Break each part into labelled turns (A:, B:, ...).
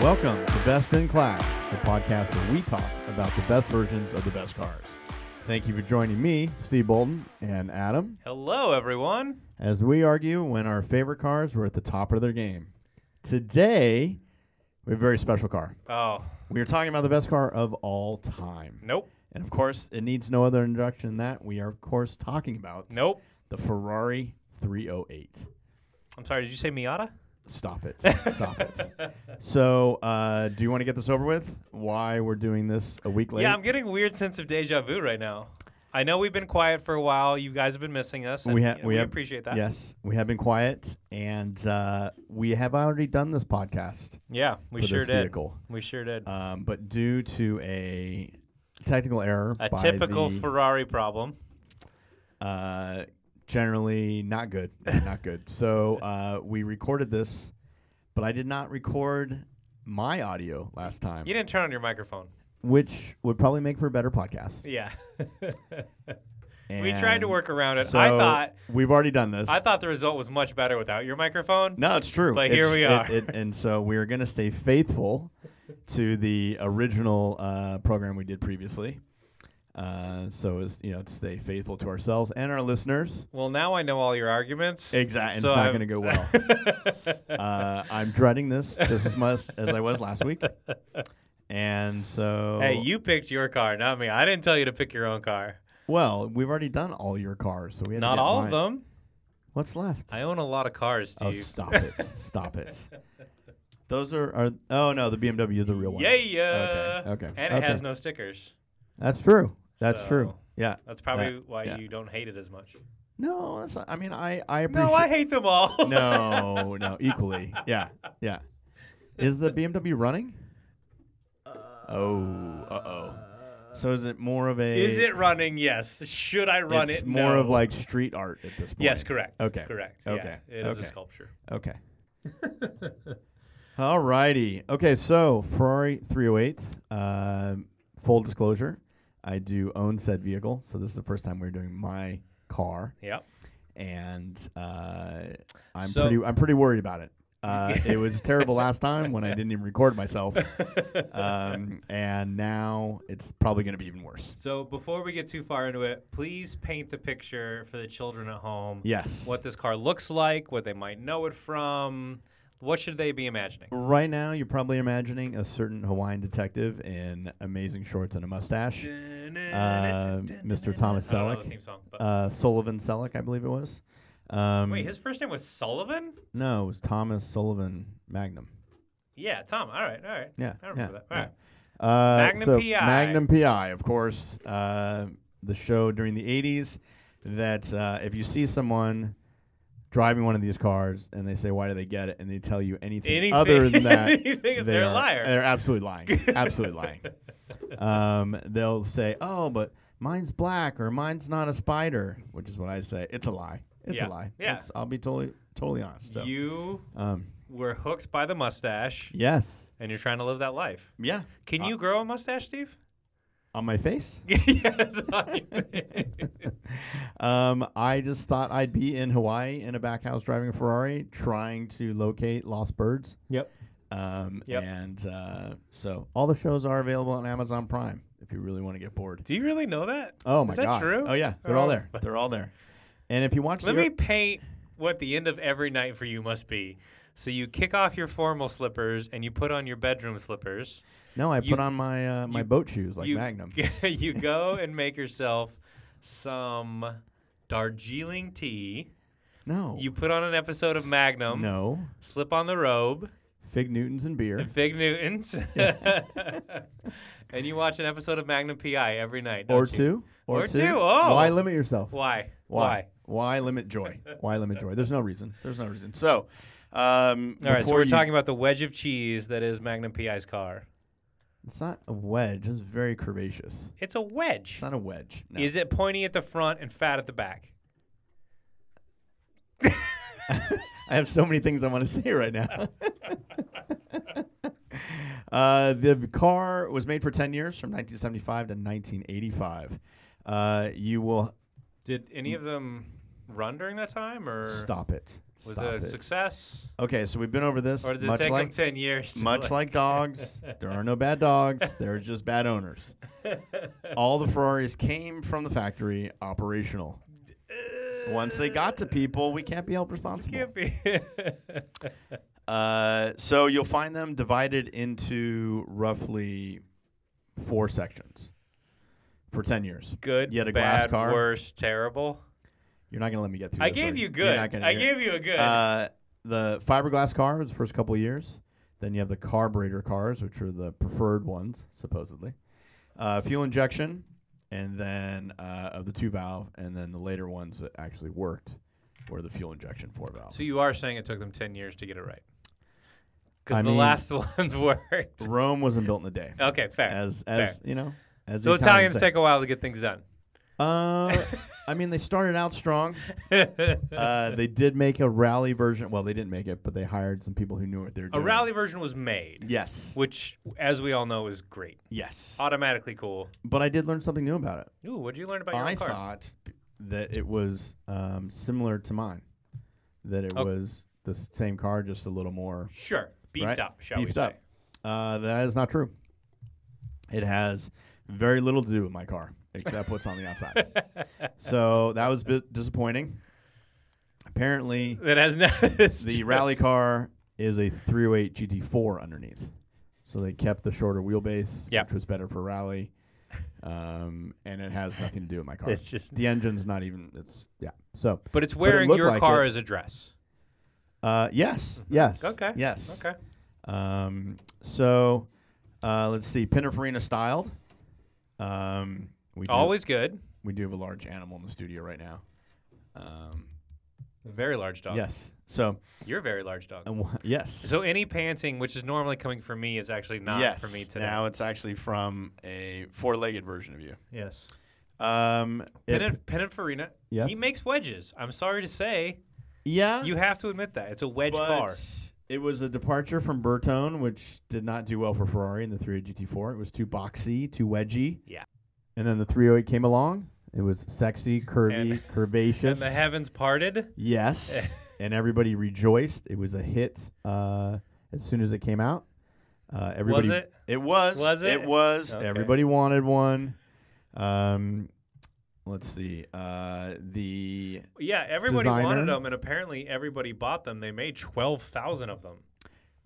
A: Welcome to Best in Class, the podcast where we talk about the best versions of the best cars. Thank you for joining me, Steve Bolden, and Adam,
B: Hello, everyone.
A: as we argue when our favorite cars were at the top of their game. Today, we have a very special car.
B: Oh,
A: We are talking about the best car of all time.
B: nope,
A: And of course, it needs no other introduction than that. We are, of course, talking about
B: nope.
A: the Ferrari 308.
B: I'm sorry. Did you say Miata?
A: Stop it. Stop it. So, uh, do you want to get this over with? Why we're doing this a week later?
B: Yeah, I'm getting a weird sense of deja vu right now. I know we've been quiet for a while. You guys have been missing us. and,
A: we have
B: you know,
A: we, have
B: appreciate that.
A: Yes, we have been quiet, and uh, we have already done this podcast
B: Yeah, we
A: for
B: sure
A: this
B: did.
A: vehicle,
B: We sure did.
A: um, but due to a technical error,
B: a
A: by
B: typical
A: the,
B: Ferrari problem.
A: uh, generally not good, not good. So uh, we recorded this, but I did not record my audio last time,
B: You didn't turn on your microphone.
A: which would probably make for a better podcast.
B: Yeah, we tried to
A: And
B: work around it.
A: So
B: I thought
A: we've already done this.
B: I thought the result was much better without your microphone.
A: No, it's true.
B: But
A: It's-
B: here we
A: it-
B: are.
A: it- and so we are going to stay faithful to the original uh, program we did previously. Uh, so as you know, to stay faithful to ourselves and our listeners.
B: Well, now I know all your arguments.
A: Exactly.
B: So
A: it's not going to
B: I've-
A: go well. uh, I'm dreading this just as much as I was last week. And so,
B: Hey, you picked your car, not me. I didn't tell you to pick your own car.
A: well, we've already done all your cars, so we had to
B: Not
A: get
B: all
A: mine.
B: of them.
A: What's left?
B: I own a lot of cars,
A: oh,
B: Steve.
A: stop it! Stop it! Those are, are oh no, the BMW is the real one.
B: Yeah, yeah.
A: Okay, okay,
B: And it
A: okay.
B: has no stickers.
A: That's true. That's
B: So-
A: true. Yeah.
B: That's probably
A: Yeah,
B: why
A: yeah.
B: you don't hate it as much.
A: No, that's not, I mean, I I appreciate.
B: No, I hate them all.
A: no, no, equally. Yeah, yeah. Is the BMW running? Uh, oh, uh oh. So is it more of a?
B: Is it running? Yes. Should I run
A: it's
B: it?
A: more
B: No.
A: of like street art at this point.
B: Yes, correct.
A: Okay.
B: Correct.
A: Okay.
B: Yeah, it is
A: Okay.
B: a sculpture.
A: Okay. All righty. Okay, so Ferrari 308. Um, full disclosure, I do own said vehicle, so this is the first time we're doing my car.
B: Yep.
A: and uh, I'm
B: So-
A: pretty I'm pretty worried about it. Uh, it was terrible last time when I didn't even record myself, um, and now it's probably going to be even worse.
B: So before we get too far into it, please paint the picture for the children at home.
A: Yes.
B: What this car looks like, what they might know it from, what should they be imagining?
A: Right now, you're probably imagining a certain Hawaiian detective in amazing shorts and a mustache, uh, Mr. Thomas
B: I don't know the
A: Selleck,
B: theme song, but-
A: uh, Sullivan Selleck, I believe it was. Um,
B: Wait, his first name was Sullivan?
A: no, it was Thomas Sullivan Magnum.
B: Yeah, Tom. All right, all right.
A: Yeah,
B: I remember
A: yeah,
B: that. All right.
A: yeah. Uh,
B: Magnum
A: so
B: PI.
A: Magnum PI, of course, uh, the show during the '80s. That uh, if you see someone driving one of these cars and they say, "Why do they get it?" and they tell you anything,
B: Anything-
A: other than that,
B: anything,
A: they
B: they're a
A: are-
B: liar.
A: They're absolutely lying. absolutely lying. Um, they'll say, "Oh, but mine's black or mine's not a spider," which is what I say. It's a lie. It's a
B: Yeah,
A: lie.
B: yeah.
A: It's- I'll be totally totally honest. So,
B: You
A: um,
B: were hooked by the mustache,
A: yes.
B: and you're trying to live that life.
A: Yeah.
B: Can you grow a mustache, Steve?
A: On my face.
B: yes. I-
A: Um, I just thought I'd be in Hawaii in a back house driving a Ferrari, trying to locate lost birds.
B: yep.
A: Um,
B: Yep.
A: and uh, so all the shows are available on Amazon Prime if you really want to get bored.
B: Do you really know that?
A: Oh my
B: Is that
A: god!
B: true?
A: Oh yeah, they're all
B: Oh.
A: there. They're all there. And if you watch,
B: Let
A: the
B: me paint what the end of every night for you must be. So you kick off your formal slippers and you put on your bedroom slippers.
A: no, I
B: you-
A: put on my uh, my
B: you-
A: boat shoes like
B: you,
A: Magnum.
B: you go and make yourself some Darjeeling tea.
A: No,
B: You put on an episode of Magnum.
A: no
B: Slip on the robe.
A: fig Newtons and beer.
B: and Fig Newtons. and you watch an episode of Magnum PI every night.
A: Or
B: don't you?
A: two,
B: Or two, oh.
A: Why limit yourself?
B: Why?
A: Why? Why limit joy? Why limit joy? There's no reason. There's no reason. So, um,
B: All right, so
A: before
B: we're
A: you-
B: talking about the wedge of cheese that is Magnum PI's car.
A: It's not a wedge. It's very curvaceous.
B: It's a wedge.
A: It's not a wedge. No.
B: Is it pointy at the front and fat at the back?
A: I have so many things I want to say right now. uh, the car was made for 10 years from 1975 to 1985. Uh, you will,
B: Did any of them run during that time, or
A: Mm. Stop it.
B: Er, was
A: Stop
B: it a
A: it.
B: success?
A: okay, so we've been over this.
B: Or did it
A: much
B: take
A: like
B: them ten years? To
A: much like dogs, there are no bad dogs. There are just bad owners. All the Ferraris came from the factory, operational. Once they got to people, we can't be held responsible.
B: uh, Can't be.
A: Uh, so you'll find them divided into roughly four sections for ten years.
B: good,
A: You had a glass
B: bad,
A: car?
B: worse, terrible.
A: You're not gonna let me get through.
B: I
A: this,
B: gave
A: are
B: you
A: You're
B: good.
A: not gonna
B: I
A: hear-
B: gave you a good.
A: Uh, the fiberglass car was the first couple of years. Then you have the carburetor cars, which are the preferred ones, supposedly. Uh, fuel injection, and then uh, of the two valve, and then the later ones that actually worked were the fuel injection four valve.
B: so you are saying it took them ten years to get it right? Because
A: I
B: the
A: mean-
B: last ones worked.
A: Rome wasn't built in a day,
B: Okay, Oh, fair.
A: as as you know. As
B: so
A: the Italians
B: Italians take a while to get things done.
A: Uh, I mean, they started out strong. Uh, they did make a rally version. Well, they didn't make it, but they hired some people who knew what they were
B: A
A: doing.
B: rally version was made,
A: Yes.
B: which, as we all know, is great.
A: Yes.
B: Automatically cool.
A: But I did learn something new about it.
B: Ooh, what did you learn about your
A: I
B: own car?
A: thought that it was um, similar to mine. That it
B: Oh.
A: was the same car, just a little more
B: Sure, beefed
A: Right?
B: up, shall
A: beefed
B: we say?
A: up. Uh, that is not true. It has very little to do with my car, except what's on the outside. So that was a bit disappointing. Apparently,
B: That has not
A: the rally car is a 308 GT4 underneath. So they kept the shorter wheelbase,
B: Yep.
A: which was better for rally. Um, and it has nothing to do with my car.
B: It's just-
A: the engine's not even. It's yeah. So
B: But it's wearing
A: looked
B: your
A: like
B: car
A: it.
B: as a dress.
A: uh, yes, yes,
B: Okay.
A: yes.
B: Okay.
A: Um, so uh, let's see, Pininfarina styled. Um, we do,
B: Always good.
A: we do have a large animal in the studio right now. Um,
B: Very large dog.
A: yes. So
B: You're a very large dog.
A: uh, wha- yes.
B: So any panting, which is normally coming from me, is actually not
A: yes.
B: for me today.
A: Now it's actually from a four-legged version of you.
B: yes.
A: Um, it-
B: Pennant, Pininfarina,
A: Yes.
B: he makes wedges. I'm sorry to say,
A: yeah.
B: you have to admit that it's a wedge
A: but
B: car.
A: It was a departure from Bertone, which did not do well for Ferrari in the 308 GT4. It was too boxy, too wedgy.
B: Yeah.
A: And then the 308 came along. It was sexy, curvy,
B: And- And
A: curvaceous.
B: the heavens parted.
A: yes. and everybody rejoiced. It was a hit uh, as soon as it came out. Uh, everybody,
B: Was it?
A: It was.
B: Was it?
A: was.
B: Okay.
A: Everybody wanted one. Um, let's see. Uh, the
B: Yeah, everybody wanted
A: Designer.
B: them, and apparently everybody bought them. They made twelve thousand of them.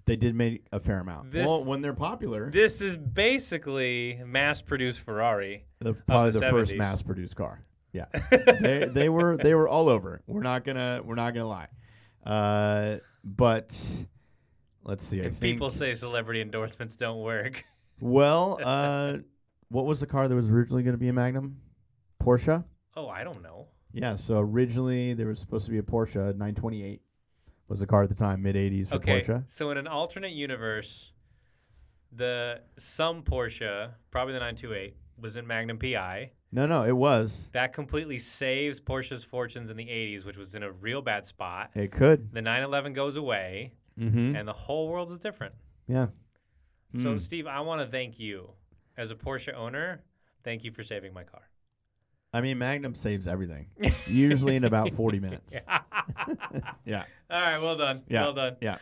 A: they did make a fair amount.
B: This-
A: well, when they're popular,
B: This is basically mass-produced Ferrari.
A: the, probably
B: the
A: the, first
B: 70s.
A: mass-produced car. Yeah, they, they were they were all over. it. We're not gonna we're not gonna lie. Uh, but let's see. I
B: If
A: think
B: people say celebrity endorsements don't work,
A: well, uh, what was the car that was originally gonna be a Magnum? Porsche.
B: oh, I don't know.
A: Yeah. So originally there was supposed to be a Porsche 928 was the car at the time, mid 80s for
B: Okay,
A: Porsche.
B: so in an alternate universe, the some Porsche, probably the 928, was in Magnum PI.
A: No, no, it was.
B: That completely saves Porsche's fortunes in the 80s, which was in a real bad spot.
A: It could.
B: The 911 goes away,
A: Mm-hmm.
B: and the whole world is different.
A: Yeah.
B: So,
A: Mm.
B: Steve, I want to thank you as a Porsche owner. Thank you for saving my car.
A: I mean, Magnum saves everything, usually in about 40 minutes. yeah.
B: All right, well done.
A: Yeah.
B: Well done.
A: Yeah.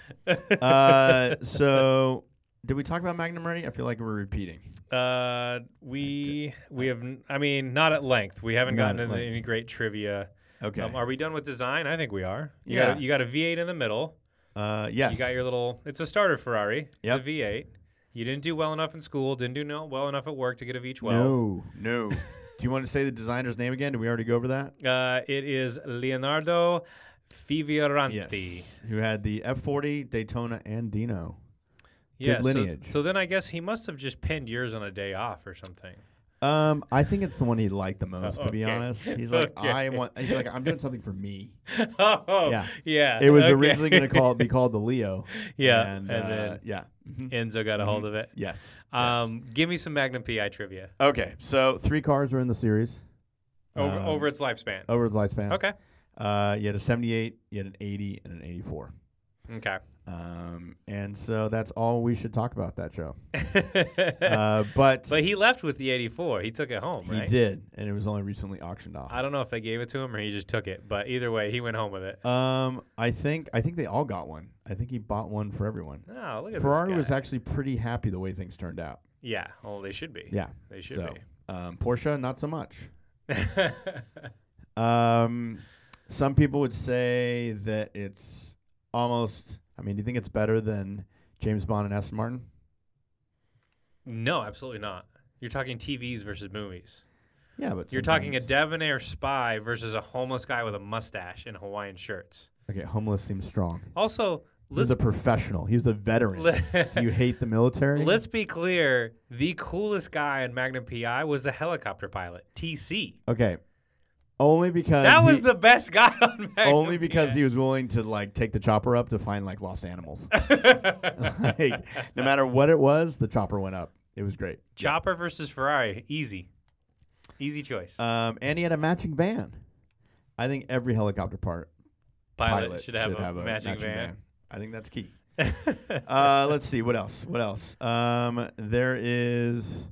A: Uh, so, did we talk about Magnum already? I feel like we're repeating.
B: Uh, we we have. n- I mean, not at length. We haven't
A: Not
B: gotten
A: at
B: into
A: length.
B: any great trivia.
A: Okay.
B: Um, are we done with design? I think we are. You Got
A: Yeah.
B: a, you got a V8 in the middle.
A: uh, yes.
B: You got your little. It's a starter Ferrari.
A: Yep.
B: It's a V8. You didn't do well enough in school. Didn't do no, well enough at work to get a V12.
A: no. No. Do you want to say the designer's name again? Did we already go over that?
B: Uh, it is Leonardo Fivioranti.
A: Yes. Who had the F40, Daytona, and Dino? Good
B: Yeah, so-
A: lineage.
B: So, then I guess he must have just pinned yours on a day off or something.
A: Um, I think it's the one he liked the most. To be
B: Okay.
A: honest, he's like,
B: Okay.
A: I want. He's like, I'm doing something for me.
B: oh,
A: Yeah.
B: yeah.
A: It was
B: okay.
A: originally going to call be called the Leo.
B: yeah,
A: and,
B: and,
A: uh,
B: then
A: yeah, Mhm.
B: Enzo got a hold of it.
A: yes. yes.
B: Um, give me some Magnum PI trivia
A: Okay, so three cars were in the series
B: over
A: Um,
B: over its lifespan.
A: over the lifespan.
B: Okay.
A: Uh, you had a 78, you had an 80, and an 84.
B: Okay.
A: Um, and so that's all we should talk about that show. uh, but
B: But he left with the 84. He took it home,
A: he
B: right?
A: did, and it was only recently auctioned off.
B: I don't know if they gave it to him or he just took it, but either way, he went home with it.
A: Um, I think I think they all got one. I think he bought one for everyone.
B: Oh, look at
A: Ferrari
B: this
A: was
B: guy.
A: actually pretty happy the way things turned out.
B: yeah. Well, they should be.
A: Yeah,
B: They should
A: so um, Porsche not so much. Um, some people would say that it's almost. I mean, do you think it's better than James Bond and Aston Martin?
B: be. no, absolutely not. You're talking TVs versus movies.
A: Yeah, but
B: You're talking a
A: sometimes-
B: debonair spy versus a homeless guy with a mustache and Hawaiian shirts.
A: okay. Homeless seems strong.
B: Also,
A: He was
B: let's
A: a professional. He was a veteran. do you hate the military?
B: let's be clear. The coolest guy in Magnum PI was the helicopter pilot, TC.
A: okay. Only because
B: That was
A: Uh, he-
B: the best guy on Magnum.
A: only because he was willing to like take the chopper up to find like lost animals. like no matter what it was, the chopper went up. It was great.
B: Chopper versus Ferrari, easy, easy choice.
A: Um, and he had a matching van. I think every helicopter part
B: pilot, should have a
A: a
B: matching, van.
A: I think that's key. uh, let's see what else. What else? Um, there is.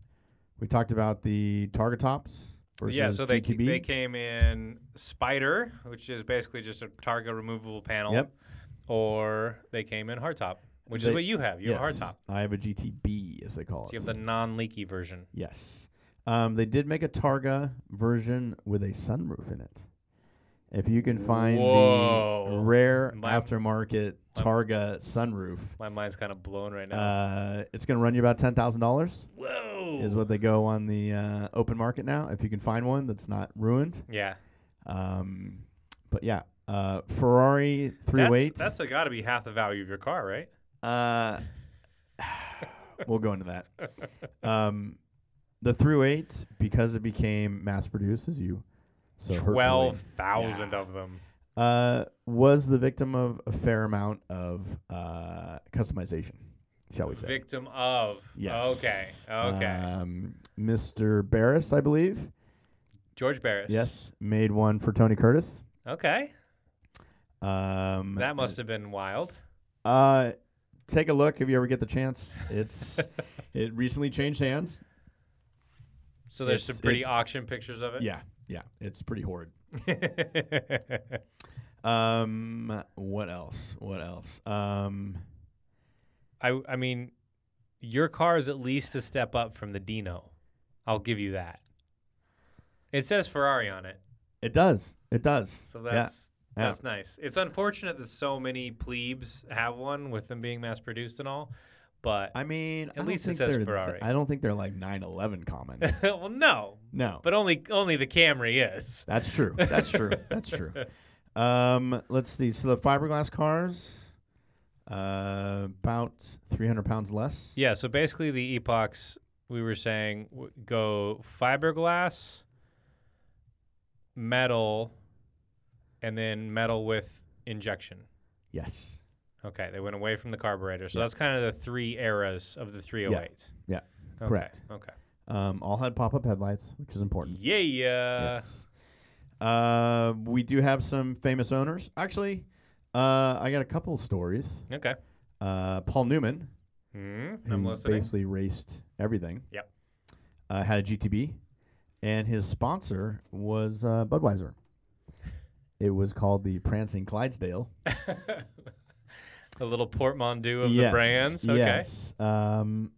A: We talked about the target tops versus
B: Yeah, so they ca-
A: GTB.
B: they came in Spider, which is basically just a target removable panel.
A: Yep.
B: Or they came in hardtop, which
A: They-
B: is what you have. You have
A: Yes.
B: hardtop.
A: I have a GTB, as they call
B: So
A: it.
B: you have the non-leaky version.
A: Yes. Um, they did make a Targa version with a sunroof in it. If you can find the
B: Whoa.
A: rare
B: My-
A: aftermarket Targa sunroof,
B: My mind's kind of blown right now.
A: uh, it's going to run you about ten thousand dollars.
B: Whoa.
A: Is what they go on the uh, open market now. If you can find one that's not ruined.
B: yeah.
A: Um, but yeah, uh, Ferrari three oh
B: that's,
A: weight.
B: That's got to be half the value of your car, right?
A: Uh, we'll go into that. Um, the through eight because it became mass produced, as you so hurtfully-
B: Twelve thousand
A: Yeah.
B: of them.
A: uh, was the victim of a fair amount of uh, customization, shall we say?
B: Victim of.
A: yes.
B: Okay. Okay.
A: Um, Mr. Barris, I believe.
B: George Barris.
A: Yes, made one for Tony Curtis.
B: Okay.
A: Um,
B: That must have been wild.
A: Uh, take a look if you ever get the chance. It's it recently changed hands.
B: So there's
A: It's-
B: some pretty
A: it's-
B: auction pictures of it.
A: Yeah, yeah, it's pretty horrid.
B: Yeah.
A: Um, what else? What else? Um,
B: I I mean, your car is at least a step up from the Dino. I'll give you that. It says Ferrari on it,
A: it does. It does.
B: so
A: Yeah.
B: that's
A: Yeah.
B: that's nice. It's unfortunate that so many plebes have one with them being mass produced and all, but
A: I mean, I don't
B: least
A: think
B: it says
A: they're th-
B: Ferrari.
A: I don't think they're like 911 common.
B: well, no,
A: no,
B: but only only the Camry is.
A: that's true. That's true. That's true. Um, let's see. So the fiberglass cars, uh, about 300 pounds less.
B: Yeah, so basically the epochs we were saying w- go fiberglass, metal, and then metal with injection.
A: Yes.
B: Okay, they went away from the carburetor. So
A: Yeah.
B: that's kind of the three eras of the 308.
A: yeah,
B: Okay,
A: correct.
B: Okay.
A: Um, all had pop-up headlights, which is important.
B: Yeah.
A: Yes. Uh, we do have some famous owners. Actually, uh, I got a couple stories.
B: Okay.
A: Uh, Paul Newman,
B: Hmm, I'm
A: who
B: listening.
A: basically raced everything.
B: Yep.
A: Uh, had a GTB, and his sponsor was uh, Budweiser. It was called the Prancing Clydesdale.
B: A little portmanteau of the
A: Yes,
B: brands. Okay.
A: Yes. Um,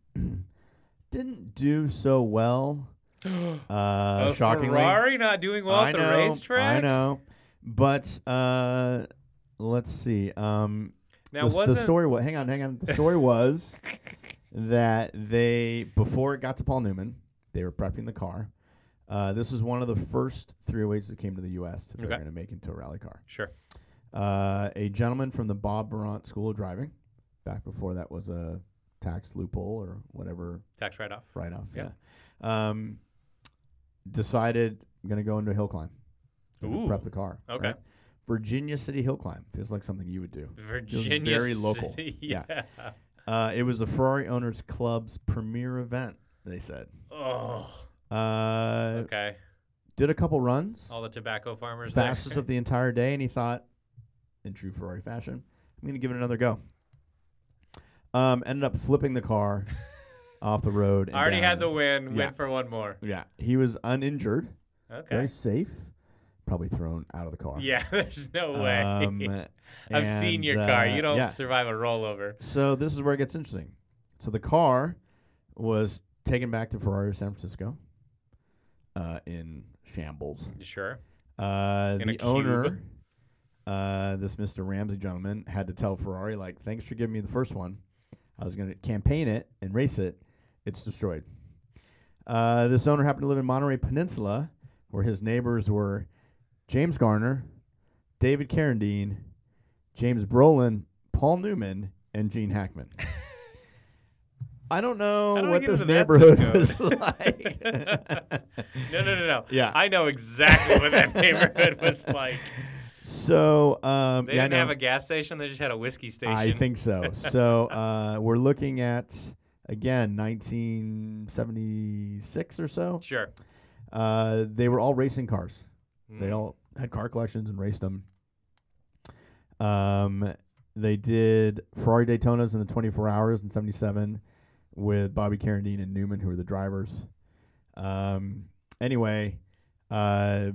A: didn't do so well. Uh,
B: A
A: shockingly,
B: Oh, Ferrari not doing well
A: I
B: at the
A: know,
B: racetrack.
A: I know, but uh, let's see. Um,
B: Now
A: the, the
B: wasn't
A: story? What? Hang on, hang on. The story was that they before it got to Paul Newman, they were prepping the car. Uh, this is one of the first 308s that came to the U.S. that they're
B: Okay.
A: going to make into a rally car.
B: sure.
A: Uh, a gentleman from the Bob Barant School of Driving, back before that was a tax loophole or whatever
B: Tax write off.
A: write off.
B: Yeah.
A: Yeah. Um, decided I'm gonna go into a hill climb. I'm gonna
B: Ooh.
A: Prep the car.
B: Okay.
A: right? Virginia City hill climb feels like something you would do.
B: Virginia.
A: very local.
B: City,
A: Yeah.
B: yeah.
A: Uh, it was the Ferrari Owners Club's premier event. They said.
B: Oh.
A: Uh,
B: Okay.
A: Did a couple runs,
B: All the tobacco farmers. there.
A: fastest of the entire day, and he thought, in true Ferrari fashion, I'm gonna give it another go. Um, ended up flipping the car off the road. and
B: I already had the
A: down.
B: win.
A: Yeah.
B: Win for one more.
A: Yeah, he was uninjured, very
B: Okay.
A: safe, probably thrown out of the car.
B: Yeah, there's no way.
A: Um,
B: I've seen
A: and,
B: your car.
A: uh,
B: You don't
A: yeah.
B: survive a rollover.
A: So this is where it gets interesting. So the car was taken back to Ferrari of San Francisco uh, in shambles.
B: You sure?
A: Uh,
B: In a
A: the
B: cube.
A: owner, uh, this Mr. Ramsey gentleman, had to tell Ferrari, like, thanks for giving me the first one. I was going to campaign it and race it. It's destroyed. Uh, this owner happened to live in Monterey Peninsula, where his neighbors were James Garner, David Carradine, James Brolin, Paul Newman, and Gene Hackman. I don't know
B: How did I
A: what
B: get
A: this
B: into that
A: neighborhood
B: zip
A: was
B: code?
A: like.
B: No, no, no, no.
A: Yeah.
B: I know exactly what that neighborhood was like.
A: so, um,
B: They
A: yeah, I
B: didn't
A: know.
B: have a gas station. They just had a whiskey station.
A: I think so. So uh, we're looking at again 1976 or so.
B: Sure.
A: Uh, they were all racing cars. They
B: Mm.
A: all had car collections and raced them. Um, they did Ferrari Daytonas in the 24 hours in 77 with Bobby Carradine and Newman, who were the drivers. Um, anyway, uh,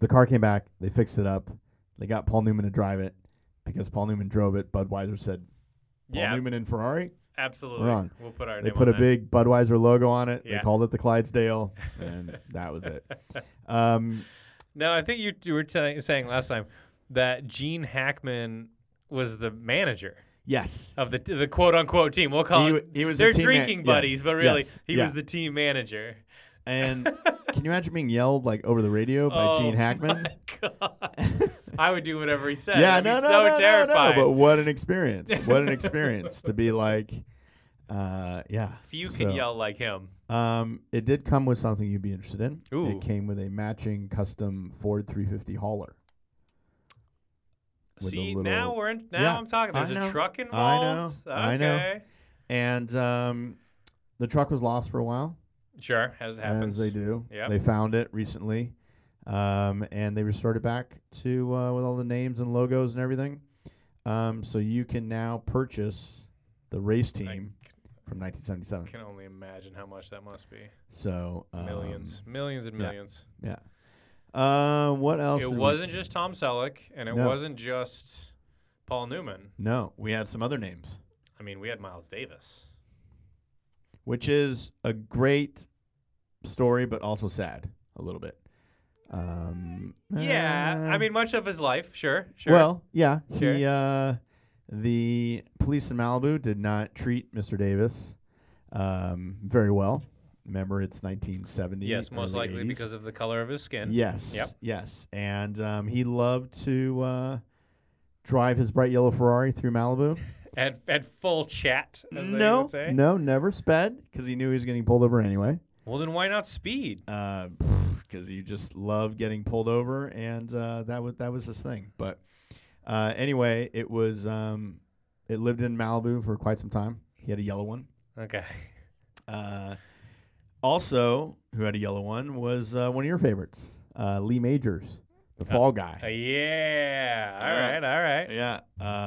A: the car came back. They fixed it up. They got Paul Newman to drive it because Paul Newman drove it. Budweiser said, Paul
B: Yeah.
A: Newman and Ferrari.
B: Absolutely.
A: Wrong.
B: We'll put our
A: They
B: name
A: put a
B: on that.
A: big Budweiser logo on it. They
B: Yeah.
A: called it the Clydesdale, and that was it. Um,
B: No, I think you, you were telling, saying last time that Gene Hackman was the manager
A: yes.
B: of the the quote unquote team. We'll call
A: He
B: it.
A: w- he was the
B: they're
A: team man-
B: drinking
A: yes,
B: buddies, but really
A: yes,
B: he
A: yeah.
B: was the team manager.
A: And can you imagine being yelled like over the radio by
B: oh,
A: Gene Hackman?
B: My God. I would do whatever he said.
A: Yeah,
B: I'd
A: no,
B: be
A: no,
B: so
A: no, no,
B: terrified.
A: no. But what an experience! What an experience to be like, uh, yeah.
B: Few can
A: So,
B: yell like him.
A: Um, it did come with something you'd be interested in.
B: Ooh.
A: It came with a matching custom Ford 350 hauler. with a
B: See,
A: little-
B: now we're in, now
A: Yeah,
B: I'm talking.
A: I
B: There's
A: know,
B: a truck
A: I know,
B: involved.
A: I know.
B: Okay.
A: And um, the truck was lost for a while,
B: Sure, as
A: as
B: happens.
A: they do.
B: Yep.
A: They found it recently, um, and they restored it back to uh, with all the names and logos and everything. Um, so you can now purchase the race team from 1977.
B: I can only imagine how much that must be.
A: So um,
B: Millions, millions, and
A: yeah.
B: millions.
A: Yeah. Uh, what else?
B: It
A: did we-
B: wasn't just Tom Selleck, and it
A: No.
B: wasn't just Paul Newman.
A: no, we had some other names,
B: I mean, we had Miles Davis.
A: which is a great story, but also sad a little bit. Um,
B: Yeah, I
A: uh,
B: mean, much of his life. Sure, sure.
A: Well, yeah. He,
B: Sure.
A: uh, the police in Malibu did not treat Mr. Davis um, very well. Remember, it's 1970.
B: yes, most
A: early
B: likely
A: 80s.
B: because of the color of his skin.
A: Yes.
B: Yep.
A: Yes. And um, he loved to uh, drive his bright yellow Ferrari through Malibu.
B: At, at full chat, as they
A: no,
B: would say.
A: no, never sped because he knew he was getting pulled over anyway.
B: Well, then why not speed?
A: Because he uh, just loved getting pulled over, and uh, that was that was his thing. But uh, anyway, it was um, it lived in Malibu for quite some time. He had a yellow one.
B: Okay.
A: Uh, also, who had a yellow one was uh, one of your favorites, uh, Lee Majors, the Fall Guy.
B: Uh, yeah. All
A: Yeah.
B: right. All right.
A: Yeah,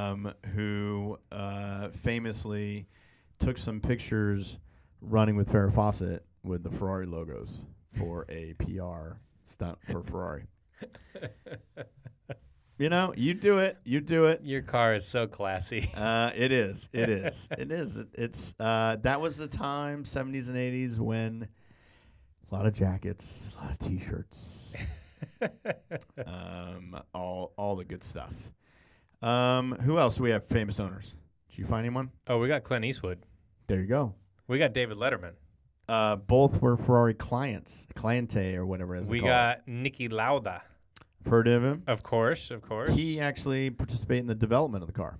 A: um, who uh, famously took some pictures running with Farrah Fawcett with the Ferrari logos for a PR stunt for Ferrari. you know, you do it, you do it.
B: Your car is so classy.
A: Uh, it is, it is, it is. It, it's uh, that was the time, seventies and eighties, when a lot of jackets, a lot of t-shirts, um, all all the good stuff. Um, who else do we have famous owners? Did you find anyone?
B: Oh, we got Clint Eastwood.
A: There you go.
B: We got David Letterman.
A: Uh, both were Ferrari clients, cliente or whatever. As
B: We
A: they call
B: got Nicky Lauda.
A: it. heard of him.
B: Of course. Of course.
A: He actually participated in the development of the car.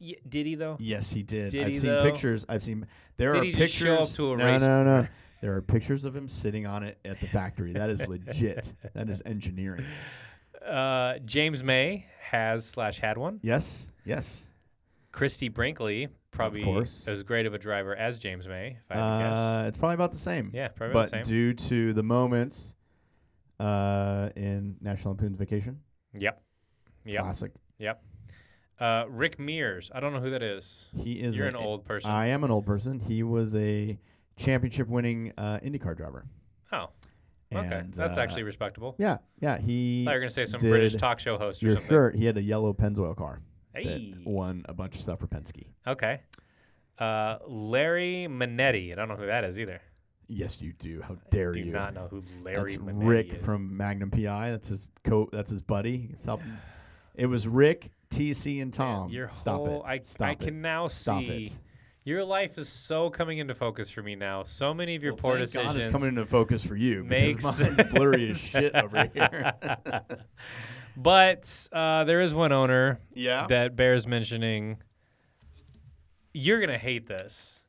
B: Y- did he though?
A: Yes, he did.
B: Did
A: I've
B: he,
A: seen
B: though?
A: pictures. I've seen there
B: Did
A: are
B: he
A: pictures.
B: just show up to a
A: no,
B: race-
A: no, no. There are pictures of him sitting on it at the factory. That is legit. that is engineering.
B: Uh, James May has slash had one.
A: Yes, yes.
B: Christy Brinkley probably
A: course.
B: as great of a driver as James May, if I had to guess.
A: Uh, it's probably about the same.
B: Yeah, probably
A: but
B: the same.
A: due to the moments uh, in National Lampoon's Vacation,
B: yep. Yep.
A: classic.
B: Yep. Uh, Rick Mears. I don't know who that is.
A: He is.
B: You're
A: a-
B: an old person.
A: I am an old person. He was a championship-winning uh, IndyCar driver.
B: oh, okay.
A: And,
B: That's
A: uh,
B: actually respectable.
A: Yeah, yeah. He.
B: I thought you were going to say some British
A: did
B: talk show host or
A: Your
B: something.
A: shirt. He had a yellow Pennzoil car
B: Hey.
A: that won a bunch of stuff for Penske.
B: Okay. Uh, Larry Minetti. I don't know who that is either.
A: Yes, you do. How dare
B: Do
A: you?
B: not know who Larry
A: That's
B: Minetti
A: Rick
B: is.
A: from Magnum PI. That's his co. That's his buddy. It's help- It was Rick, TC, and
B: Man,
A: Tom.
B: Your
A: Stop
B: whole,
A: it.
B: I,
A: Stop
B: I
A: it.
B: can now
A: Stop
B: see.
A: it.
B: Your life is so coming into focus for me now. So many of your
A: Well,
B: poor
A: thank
B: decisions.
A: God it's coming into focus for you.
B: makes
A: because mine's blurry as shit over here.
B: but uh, there is one owner
A: yeah.
B: that bears mentioning. You're gonna hate this,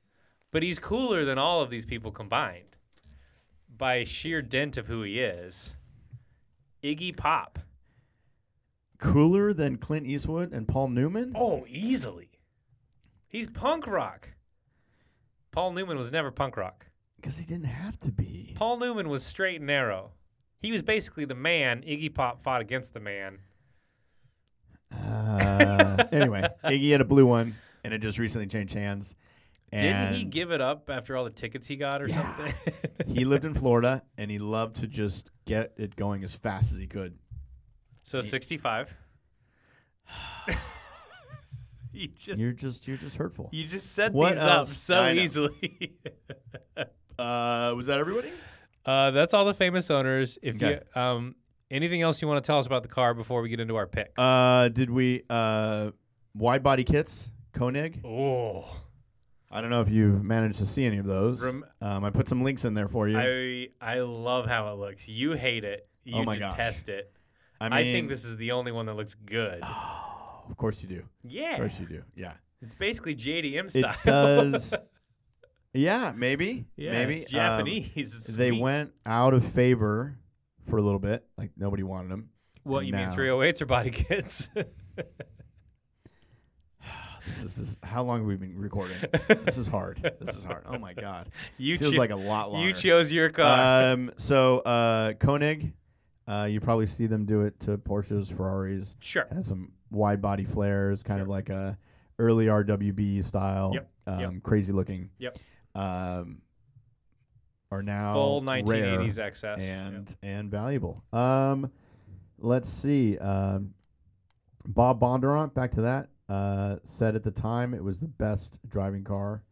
B: but he's cooler than all of these people combined, by sheer dint of who he is. Iggy Pop.
A: Cooler than Clint Eastwood and Paul Newman.
B: Oh, easily. He's punk rock. Paul Newman was never punk rock.
A: Because he didn't have to be.
B: Paul Newman was straight and narrow. He was basically the man. Iggy Pop fought against the man.
A: Uh, anyway, Iggy had a blue one, and it just recently changed hands.
B: Didn't he
A: and
B: give it up after all the tickets he got or
A: Yeah.
B: something?
A: He lived in Florida, and he loved to just get it going as fast as he could.
B: so 65. you just
A: You're just, you're just hurtful.
B: you just set
A: What
B: these up
A: else?
B: so
A: I know.
B: easily.
A: Uh, was that everybody?
B: uh, that's all the famous owners. If
A: Okay.
B: you um anything else you want to tell us about the car before we get into our picks?
A: Uh, did we uh, wide body kits Koenig?
B: oh.
A: I don't know if you've managed to see any of those.
B: Rem-
A: um, I put some links in there for you.
B: I I love how it looks. You hate it. You
A: Oh my gosh.
B: detest it.
A: I,
B: I think
A: mean,
B: this is the only one that looks good.
A: Of course you do. Of
B: yeah.
A: course you do. Yeah.
B: It's basically JDM
A: It
B: style.
A: does. yeah, maybe.
B: yeah,
A: maybe
B: it's
A: Um,
B: Japanese. It's
A: they
B: sweet.
A: went out of favor for a little bit. Like nobody wanted them.
B: What you mean
A: now.
B: 308s or body kits?
A: This is this. How long have we been recording? this is hard. This is hard. Oh my god.
B: you
A: Feels
B: cho-
A: like a lot longer.
B: you chose your car.
A: um, so uh, Koenig, uh, you probably see them do it to Porsches, Ferraris.
B: sure.
A: Has some wide body flares, kind of like a early RWB style,
B: Yep,
A: Um,
B: yep.
A: crazy looking.
B: Yep.
A: Um, are now
B: Full
A: rare
B: 1980s XS.
A: and and valuable. Um, let's see. Um, Bob Bondurant, back to that, uh, said at the time it was the best driving car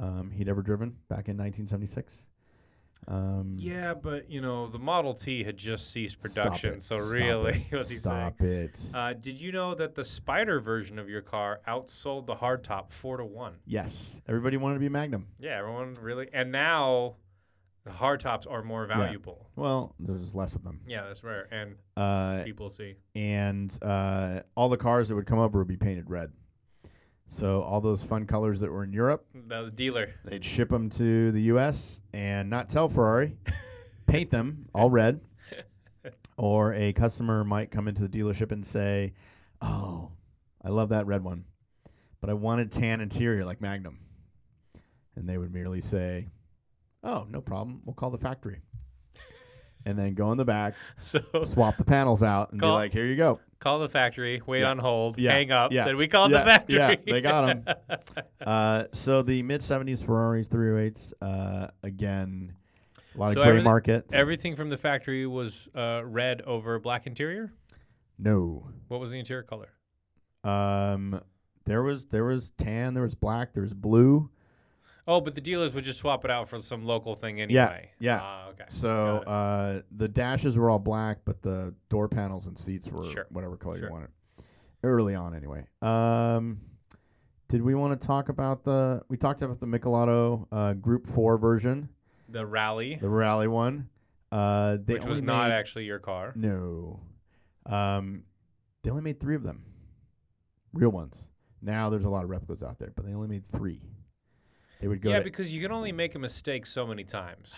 A: um, he'd ever driven back in 1976. Um,
B: yeah, but you know the Model T had just ceased
A: stop
B: production,
A: it,
B: so
A: stop
B: really,
A: it,
B: what's he saying?
A: stop it.
B: Uh, did you know that the Spider version of your car outsold the hardtop four to one?
A: yes, everybody wanted to be Magnum.
B: Yeah, everyone really. And now the hardtops are more valuable.
A: Well, there's less of them,
B: Yeah, that's rare. And
A: uh,
B: people see.
A: and uh, all the cars that would come over would be painted red. So all those fun colors that were in Europe
B: The dealer.
A: They'd ship them to the U.S. and not tell Ferrari, paint them all red, or a customer might come into the dealership and say, "Oh, I love that red one, but I wanted tan interior like Magnum," and they would merely say, "Oh, no problem. We'll call the factory." And then go in the back,
B: So
A: swap the panels out, and
B: Oh. Call-
A: be like, "Here you go."
B: call the factory, wait
A: Yeah.
B: on hold,
A: Yeah.
B: hang up.
A: Yeah.
B: Said we called
A: yeah,
B: the factory.
A: Yeah, they got him. uh, so the mid '70s Ferraris 308s, uh, again, a lot of
B: So
A: gray
B: everything-
A: market.
B: Everything from the factory was uh, red over black interior.
A: no,
B: What was the interior color?
A: um, there was there was tan, there was black, there was blue.
B: Oh, but the dealers would just swap it out for some local thing
A: Yeah,
B: anyway.
A: yeah.
B: Ah, okay.
A: So
B: Got it.
A: uh, the dashes were all black, but the door panels and seats were
B: Sure.
A: whatever color
B: Sure.
A: you wanted. Early on, anyway. Um, did we want to talk about the? We talked about the Michelotto uh, Group Four version,
B: the rally,
A: the rally one. Uh, they
B: which was
A: only
B: not
A: made-
B: actually your car.
A: No. Um, they only made three of them, real ones. Now there's a lot of replicas out there, but they only made three. They would go.
B: yeah,
A: to-
B: because you can only make a mistake so many times.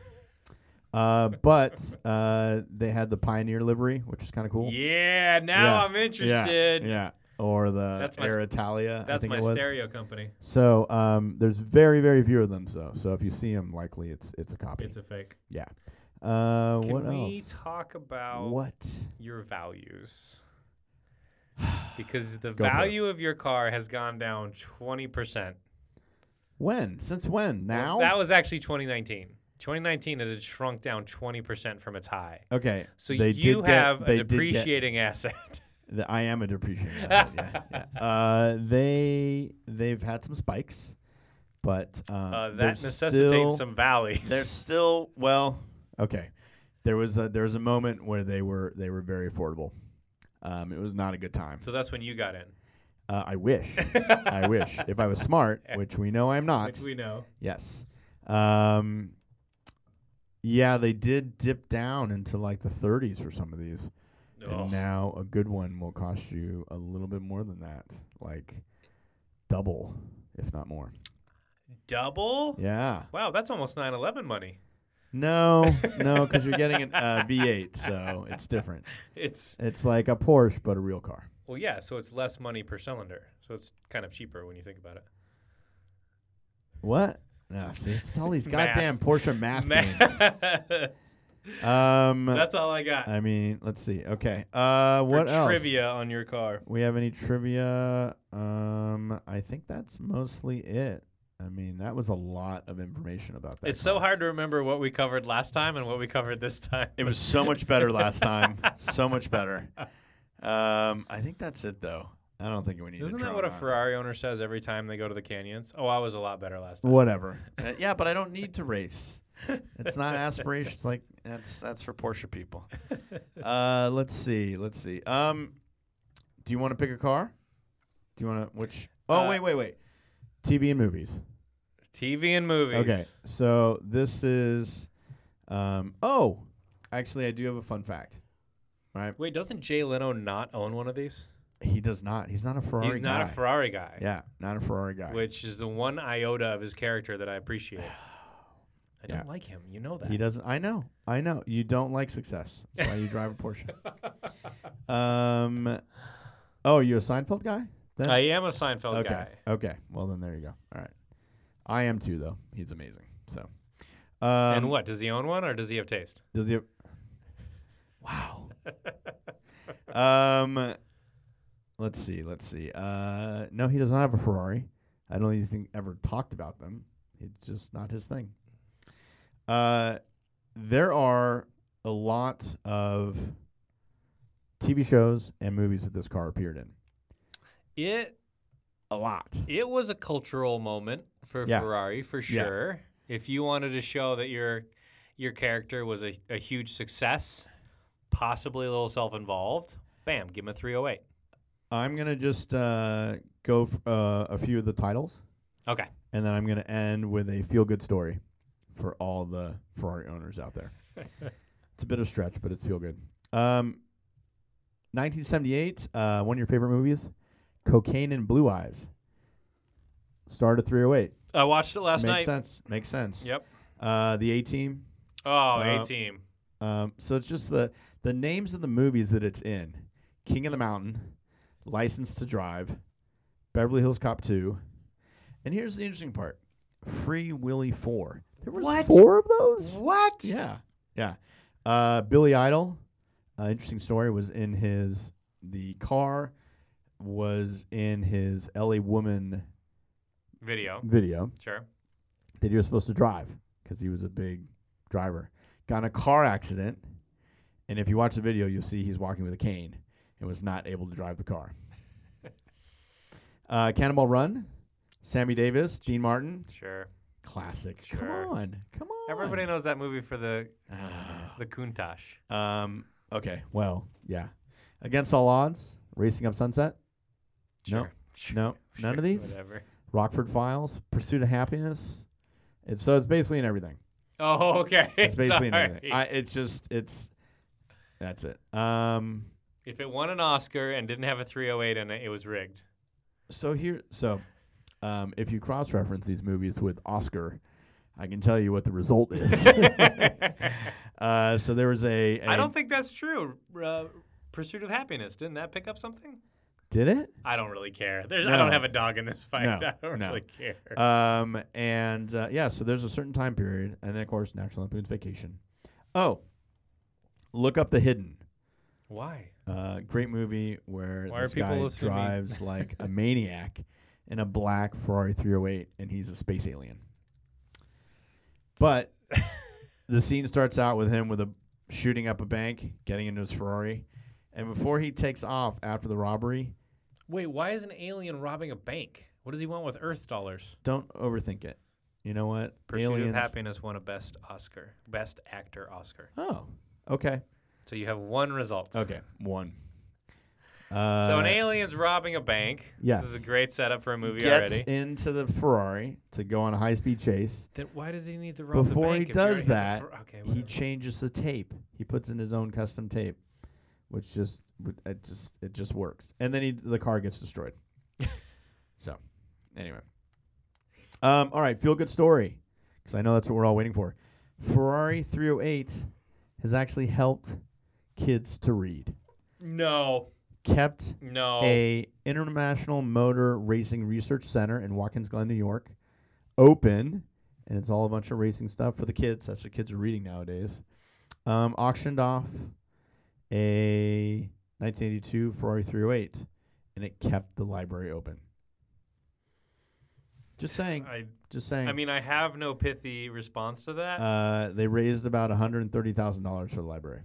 A: uh, but uh, they had the Pioneer livery, which is kind of cool.
B: Yeah, now
A: Yeah.
B: I'm interested.
A: Yeah, yeah. Or the
B: That's my
A: Air
B: st-
A: Italia. I
B: That's
A: think
B: my
A: it was.
B: stereo company.
A: So um, there's very, very few of them. So, so if you see them, likely it's it's a copy.
B: It's a fake.
A: yeah. Uh,
B: Can
A: what
B: we
A: else?
B: talk about
A: What?
B: your values? because the
A: Go for it.
B: value of your car has gone down 20%.
A: When? Since when? Now?
B: That was actually 2019. 2019, it had shrunk down 20% from its high.
A: okay.
B: So
A: they
B: you
A: did get- they
B: have a
A: did get-
B: depreciating asset.
A: The, I am a depreciating asset. yeah, yeah. Uh, they they've had some spikes, but uh,
B: Uh,
A: they're
B: that necessitates
A: still-
B: some valleys.
A: They're still well. Okay, there was a, there was a moment where they were they were very affordable. Um, it was not a good time.
B: so that's when you got in,
A: Uh, I wish, I wish. If I was smart, which we know I'm not.
B: which we know.
A: Yes. Um, yeah, they did dip down into like the 30s for some of these.
B: Ugh.
A: And now a good one will cost you a little bit more than that, like double, if not more.
B: Double?
A: Yeah.
B: Wow, that's almost 9/11 money.
A: No, no, because you're getting a uh, V8, so it's different.
B: It's
A: It's like a Porsche, but a real car.
B: well, yeah. So it's less money per cylinder. So it's kind of cheaper when you think about it.
A: What? No, see, it's all these
B: Math.
A: goddamn Porsche math games.
B: Man,
A: Um,
B: that's all I got.
A: I mean, let's see. Okay. Uh,
B: for
A: what else?
B: trivia on your car?
A: We have any trivia? Um, I think that's mostly it. I mean, that was a lot of information about that.
B: It's so
A: car.
B: hard to remember what we covered last time and what we covered this time.
A: It was so much better last time. So much better. Um, I think that's it though. I don't think we need.
B: Isn't
A: to
B: that
A: drone
B: what a
A: on.
B: Ferrari owner says every time they go to the canyons? Oh, I was a lot better last time.
A: Whatever. Uh, yeah, but I don't need to race. It's not aspiration. It's like that's that's for Porsche people. Uh, let's see. Let's see. Um, do you want to pick a car? Do you want to which? Oh
B: Uh,
A: wait, wait, wait. TV and movies.
B: TV and movies.
A: Okay, so this is. Um, oh, actually, I do have a fun fact.
B: Wait, doesn't Jay Leno not own one of these?
A: He does not. He's not a Ferrari.
B: He's not
A: guy.
B: a Ferrari guy,
A: Yeah, not a Ferrari guy.
B: which is the one iota of his character that I appreciate. I
A: Yeah.
B: don't like him. You know that.
A: He doesn't. I know. I know. You don't like success. That's why you drive a Porsche. um, oh, you a Seinfeld guy? Then?
B: I am a Seinfeld
A: okay.
B: guy.
A: Okay. Well, then there you go. All right. I am too, though. He's amazing. So. Um,
B: and what? Does he own one or does he have taste?
A: Does he? Have, wow. um, let's see. Let's see. Uh, no, he does not have a Ferrari. I don't even think ever talked about them. It's just not his thing. Uh, there are a lot of TV shows and movies that this car appeared in.
B: It
A: A lot.
B: it was a cultural moment for
A: Yeah.
B: Ferrari for
A: Yeah.
B: sure. If you wanted to show that your your character was a, a huge success, possibly a little self involved, bam, give him a three oh eight.
A: I'm gonna just uh, go f- uh, a few of the titles.
B: Okay.
A: And then I'm going to end with a feel good story for all the Ferrari owners out there. it's a bit of a stretch, but it's feel good. Um, 1978, uh, one of your favorite movies, Cocaine and Blue Eyes. Started 308.
B: I watched it last
A: Makes
B: night.
A: sense. Makes sense.
B: Yep.
A: Uh, the A Team.
B: Oh,
A: Uh,
B: A team.
A: Um, so it's just the, the names of the movies that it's in King of the Mountain, License to Drive, Beverly Hills Cop 2. And here's the interesting part Free Willy 4. There were
B: What?
A: four of those?
B: What?
A: Yeah. Yeah. Uh, Billy Idol, uh, interesting story, was in his, the car was in his LA Woman
B: Video.
A: video
B: Sure.
A: that he was supposed to drive because he was a big driver. Got in a car accident, and if you watch the video, you'll see he's walking with a cane and was not able to drive the car. uh, Cannonball Run, Sammy Davis, Dean Martin,
B: Sure.
A: classic.
B: Sure.
A: Come on, come on.
B: Everybody knows that movie for the the Countach.
A: Um. Okay. Well. Yeah. Against all odds, Racing Up Sunset. No.
B: Sure. Sure.
A: No. None of
B: Sure,
A: these.
B: Whatever.
A: Rockford Files, Pursuit of Happiness. It's, so it's basically in everything.
B: Oh, okay.
A: It's basically
B: Sorry.
A: everything. I, it's just it's that's it. Um.
B: if it won an Oscar and didn't have a 308 in it, it was rigged.
A: So here, so um, if you cross-reference these movies with Oscar, I can tell you what the result is. uh, so there was a. a
B: I don't think that's true. Uh, Pursuit of Happiness didn't that pick up something?
A: did it.
B: I don't really care. There's, I
A: No.
B: don't have a dog in this fight.
A: No,
B: I don't
A: no.
B: really care.
A: Um, and uh, yeah, so there's a certain time period, and then of course National Lampoon's Vacation. Oh, look up the hidden.
B: Why?
A: Uh, great movie where
B: Why are
A: this
B: people
A: guy
B: listening to me?
A: drives like a maniac in a black Ferrari 308, and he's a space alien. But the scene starts out with him with a shooting up a bank, getting into his Ferrari, and before he takes off after the robbery,
B: Wait, why is an alien robbing a bank? What does he want with Earth dollars?
A: don't overthink it. You know what?
B: Pursuit of Happiness won a Best Oscar, Best Actor Oscar.
A: Oh, okay,
B: So you have one result.
A: okay, one. Uh,
B: so an alien's robbing a bank. This
A: yes.
B: is a great setup for a movie
A: gets
B: already.
A: into the Ferrari to go on a high-speed chase.
B: Then why does he need to rob
A: Before
B: the
A: he
B: bank? if already
A: does
B: have a
A: that,
B: fr- okay,
A: he
B: whatever.
A: changes the tape. He puts in his own custom tape, which just would- it just it just works. And then he the car gets destroyed. so, anyway, um, all right, feel good story because I know that's what we're all waiting for. Ferrari 308 has actually helped kids to read.
B: no,
A: Kept
B: no.
A: a International Motor Racing Research Center in Watkins Glen, New York, open, and it's all a bunch of racing stuff for the kids. That's what kids are reading nowadays. Um, auctioned off a 1982 Ferrari 308, and it kept the library open. Just saying.
B: I,
A: Just saying.
B: I mean, I have no pithy response to that.
A: uh, they raised about $130,000 for the library.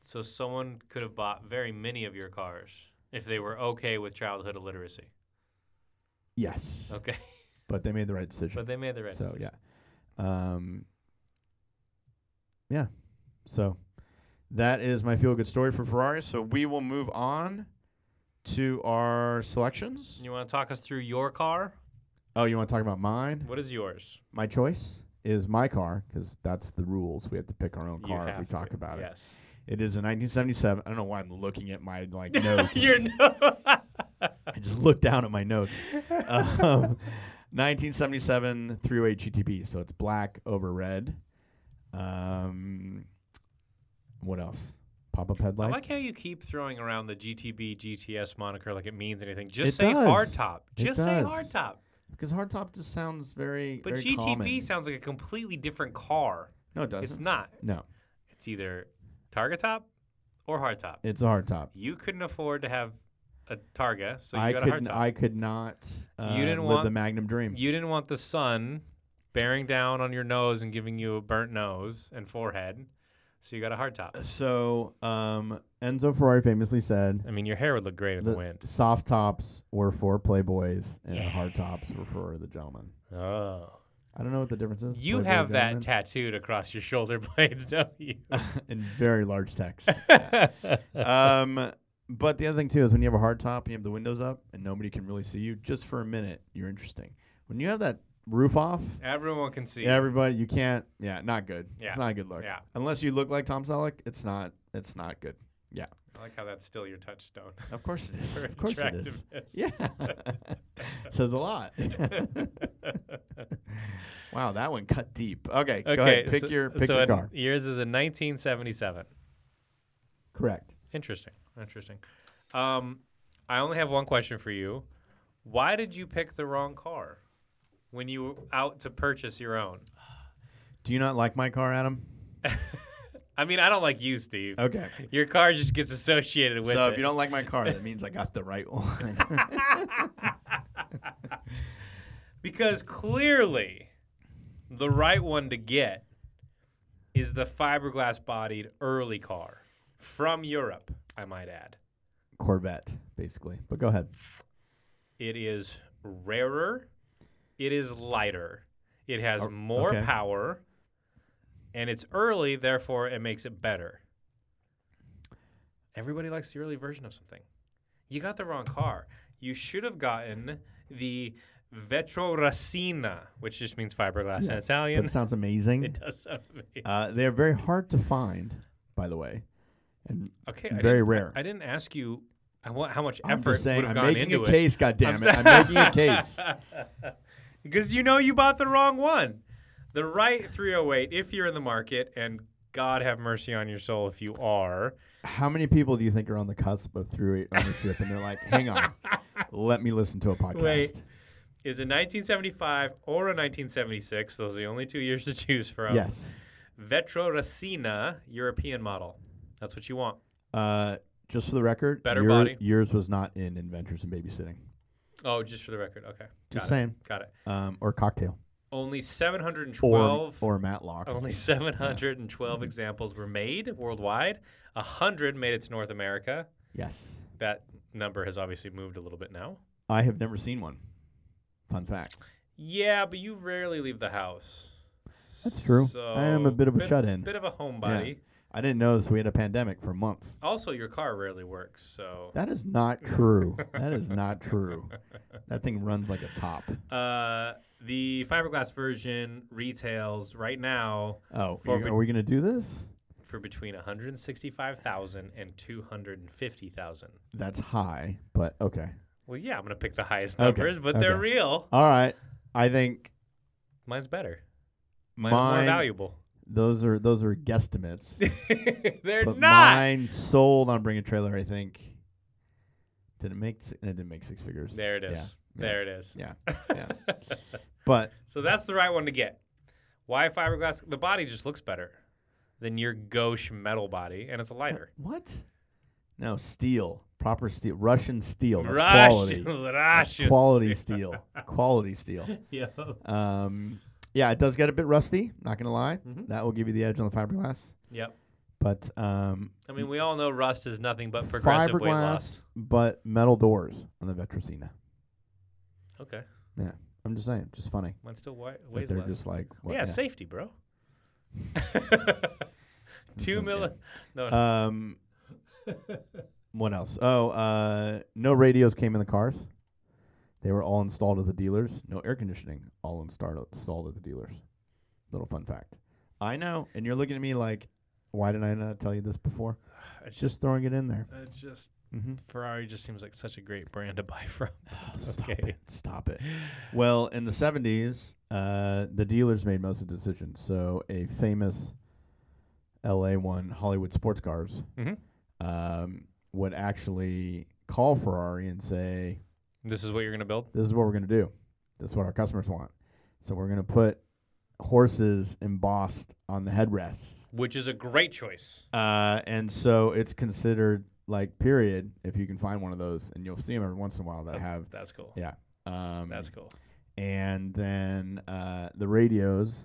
B: so someone could have bought very many of your cars if they were okay with childhood illiteracy.
A: Yes,
B: Okay,
A: but they made the right decision.
B: but they made the rest.
A: So yeah, um, yeah. So that is my feel good story for Ferrari. So we will move on to our selections.
B: You want to talk us through your car?
A: Oh, you want to talk about mine?
B: What is yours?
A: My choice is my car because that's the rules. We have to pick our own
B: You
A: car if we
B: have
A: talk
B: to,
A: about it.
B: yes.
A: It is a 1977. I don't know why I'm looking at my like notes.
B: Your no-
A: I just looked down at my notes. Um, 1977 308 GTP. So it's black over red. Um, what else? Pop up
B: I
A: headlights.
B: like how you keep throwing around the GTB GTS moniker like it means anything. Just
A: It
B: say
A: does.
B: hardtop.
A: It
B: Just say
A: does.
B: hardtop.
A: because hardtop just sounds very.
B: But
A: very
B: GTB
A: common.
B: sounds like a completely different car.
A: No, it doesn't.
B: It's not.
A: No,
B: It's either target top or hardtop.
A: it's a hardtop.
B: You couldn't afford to have a Targa, so you
A: I
B: got a
A: could.
B: hardtop.
A: I could not. Uh,
B: You didn't
A: live
B: want-
A: the Magnum dream.
B: You didn't want the sun bearing down on your nose and giving you a burnt nose and forehead, so you got a hardtop.
A: so um, Enzo Ferrari famously said.
B: I mean, your hair would look great in the,
A: that
B: wind.
A: soft tops were for playboys and
B: Yeah.
A: hard tops were for the gentlemen.
B: Oh.
A: I don't know what the difference is.
B: You
A: Playboy
B: have that
A: gentleman.
B: tattooed across your shoulder blades, don't you?
A: in very large text. um, but the other thing too is when you have a hard top and you have the windows up and nobody can really see you, just for a minute, you're interesting. When you have that roof off,
B: Everyone can see.
A: everybody you can't. Yeah, not good.
B: Yeah.
A: It's not a good look.
B: Yeah.
A: Unless you look like Tom Selleck, it's not. It's not good.
B: I like how that's still your touchstone.
A: Of course it is.
B: for
A: of course it is.
B: attractiveness.
A: Yeah. Says a lot. wow, that one cut deep. Okay, go ahead. Pick
B: so-
A: your pick
B: so
A: your
B: in-
A: car.
B: Yours is a 1977.
A: Correct.
B: Interesting. Interesting. Um, I only have one question for you. Why did you pick the wrong car when you were out to purchase your own?
A: Do you not like my car, Adam?
B: I mean, I don't like you, Steve.
A: Okay.
B: Your car just gets associated with
A: so
B: it.
A: if you don't like my car, that means I got the right one.
B: because clearly, the right one to get is the fiberglass-bodied early car from Europe. I might add,
A: Corvette, basically. But go ahead.
B: it is rarer, it is lighter, it has more
A: okay.
B: power, and it's early. Therefore, it makes it better. Everybody likes the early version of something. You got the wrong car. You should have gotten the Vetro Racina, which just means fiberglass in
A: Yes,
B: Italian.
A: That sounds amazing.
B: It does sound amazing.
A: Uh, they are very hard to find, by the way. And
B: Okay, I
A: very
B: didn't-
A: rare.
B: I didn't ask you how mu- how much
A: I'm
B: effort
A: just saying,
B: would have
A: I'm
B: gone
A: making
B: into
A: a
B: it
A: case, goddammit.
B: so-
A: I'm making a case.
B: because you know you bought the wrong one. The right 308, if you're in the market, and God have mercy on your soul if you are.
A: How many people do you think are on the cusp of 308 ownership and they're like, hang on, let me listen to a podcast?
B: Wait. Is a 1975 or a 1976? Those are the only two years to choose from.
A: Yes.
B: Vetro Racina European model. That's what you want.
A: Uh, just for the record,
B: Better body.
A: Yours was not in Adventures in Babysitting.
B: Oh, just for the record. Okay.
A: Just
B: Got it.
A: saying.
B: Got it.
A: Um, or cocktail.
B: Only
A: Or
B: 712
A: or Matlock.
B: only 712 examples were made worldwide. 100 made it to North America.
A: Yes.
B: That number has obviously moved a little bit now.
A: I have never seen one. Fun fact.
B: Yeah, but you rarely leave the house.
A: That's true. I am a bit of a shut-in.
B: Bit of a homebody.
A: I didn't notice we had a pandemic for months.
B: Also, your car rarely works, so
A: That is not true. that is not true. That thing runs like a top.
B: Uh, the fiberglass version retails right now
A: Oh,
B: For
A: you-
B: be-
A: are we gonna do this?
B: for between 165,000 and 250,000.
A: That's high, but okay.
B: Well, yeah, I'm gonna pick the highest
A: Okay,
B: numbers, but they're
A: okay.
B: real.
A: All right. I think
B: Mine's better. Mine's
A: mine.
B: more valuable.
A: Those are those are guesstimates.
B: they're
A: but
B: not.
A: mine sold on Bring a Trailer. I think. Did it make? si- It didn't make six figures.
B: there it is.
A: yeah.
B: There it is.
A: Yeah, yeah. but
B: So that's the right one to get. Why fiberglass? The body just looks better than your gauche metal body, and it's lighter.
A: what? No steel, proper steel, Russian steel. That's
B: Russian,
A: quality. That's
B: Russian
A: Quality steel. quality steel.
B: Yeah.
A: Um, yeah, it does get a bit rusty. Not gonna lie.
B: Mhm.
A: That will give you the edge on the fiberglass.
B: Yep.
A: But um,
B: I mean, we all know rust is nothing but progressive weight
A: fiberglass,
B: loss.
A: but metal doors on the Vetracina.
B: Okay,
A: I'm just saying, just funny.
B: mine still wa-
A: that
B: weighs
A: they're
B: less.
A: just like what,
B: yeah, safety, bro. Two
A: Some-
B: milli. No, no.
A: Um, what else? Oh, uh, no radios came in the cars. They were all installed at the dealers. No air conditioning, all installed installed at the dealers. Little fun fact. I know, and you're looking at me like, why did I not tell you this before?
B: it's just,
A: Just throwing it in there.
B: it's just
A: Mm-hmm.
B: Ferrari just seems like such a great brand to buy from.
A: Oh, Stop
B: Okay.
A: it! Stop it. Well, in the '70s, uh, the dealers made most of the decisions. So a famous LA one, Hollywood sports cars,
B: Mhm.
A: um, would actually call Ferrari and say,
B: This is what you're gonna build.
A: "This is what we're going to do. This is what our customers want. So we're going to put horses embossed on the headrests."
B: which is a great choice.
A: Uh, and so it's considered like period if you can find one of those, and you'll see them every once in a while that have.
B: That's cool.
A: Yeah. Um,
B: That's cool.
A: and then uh, the radios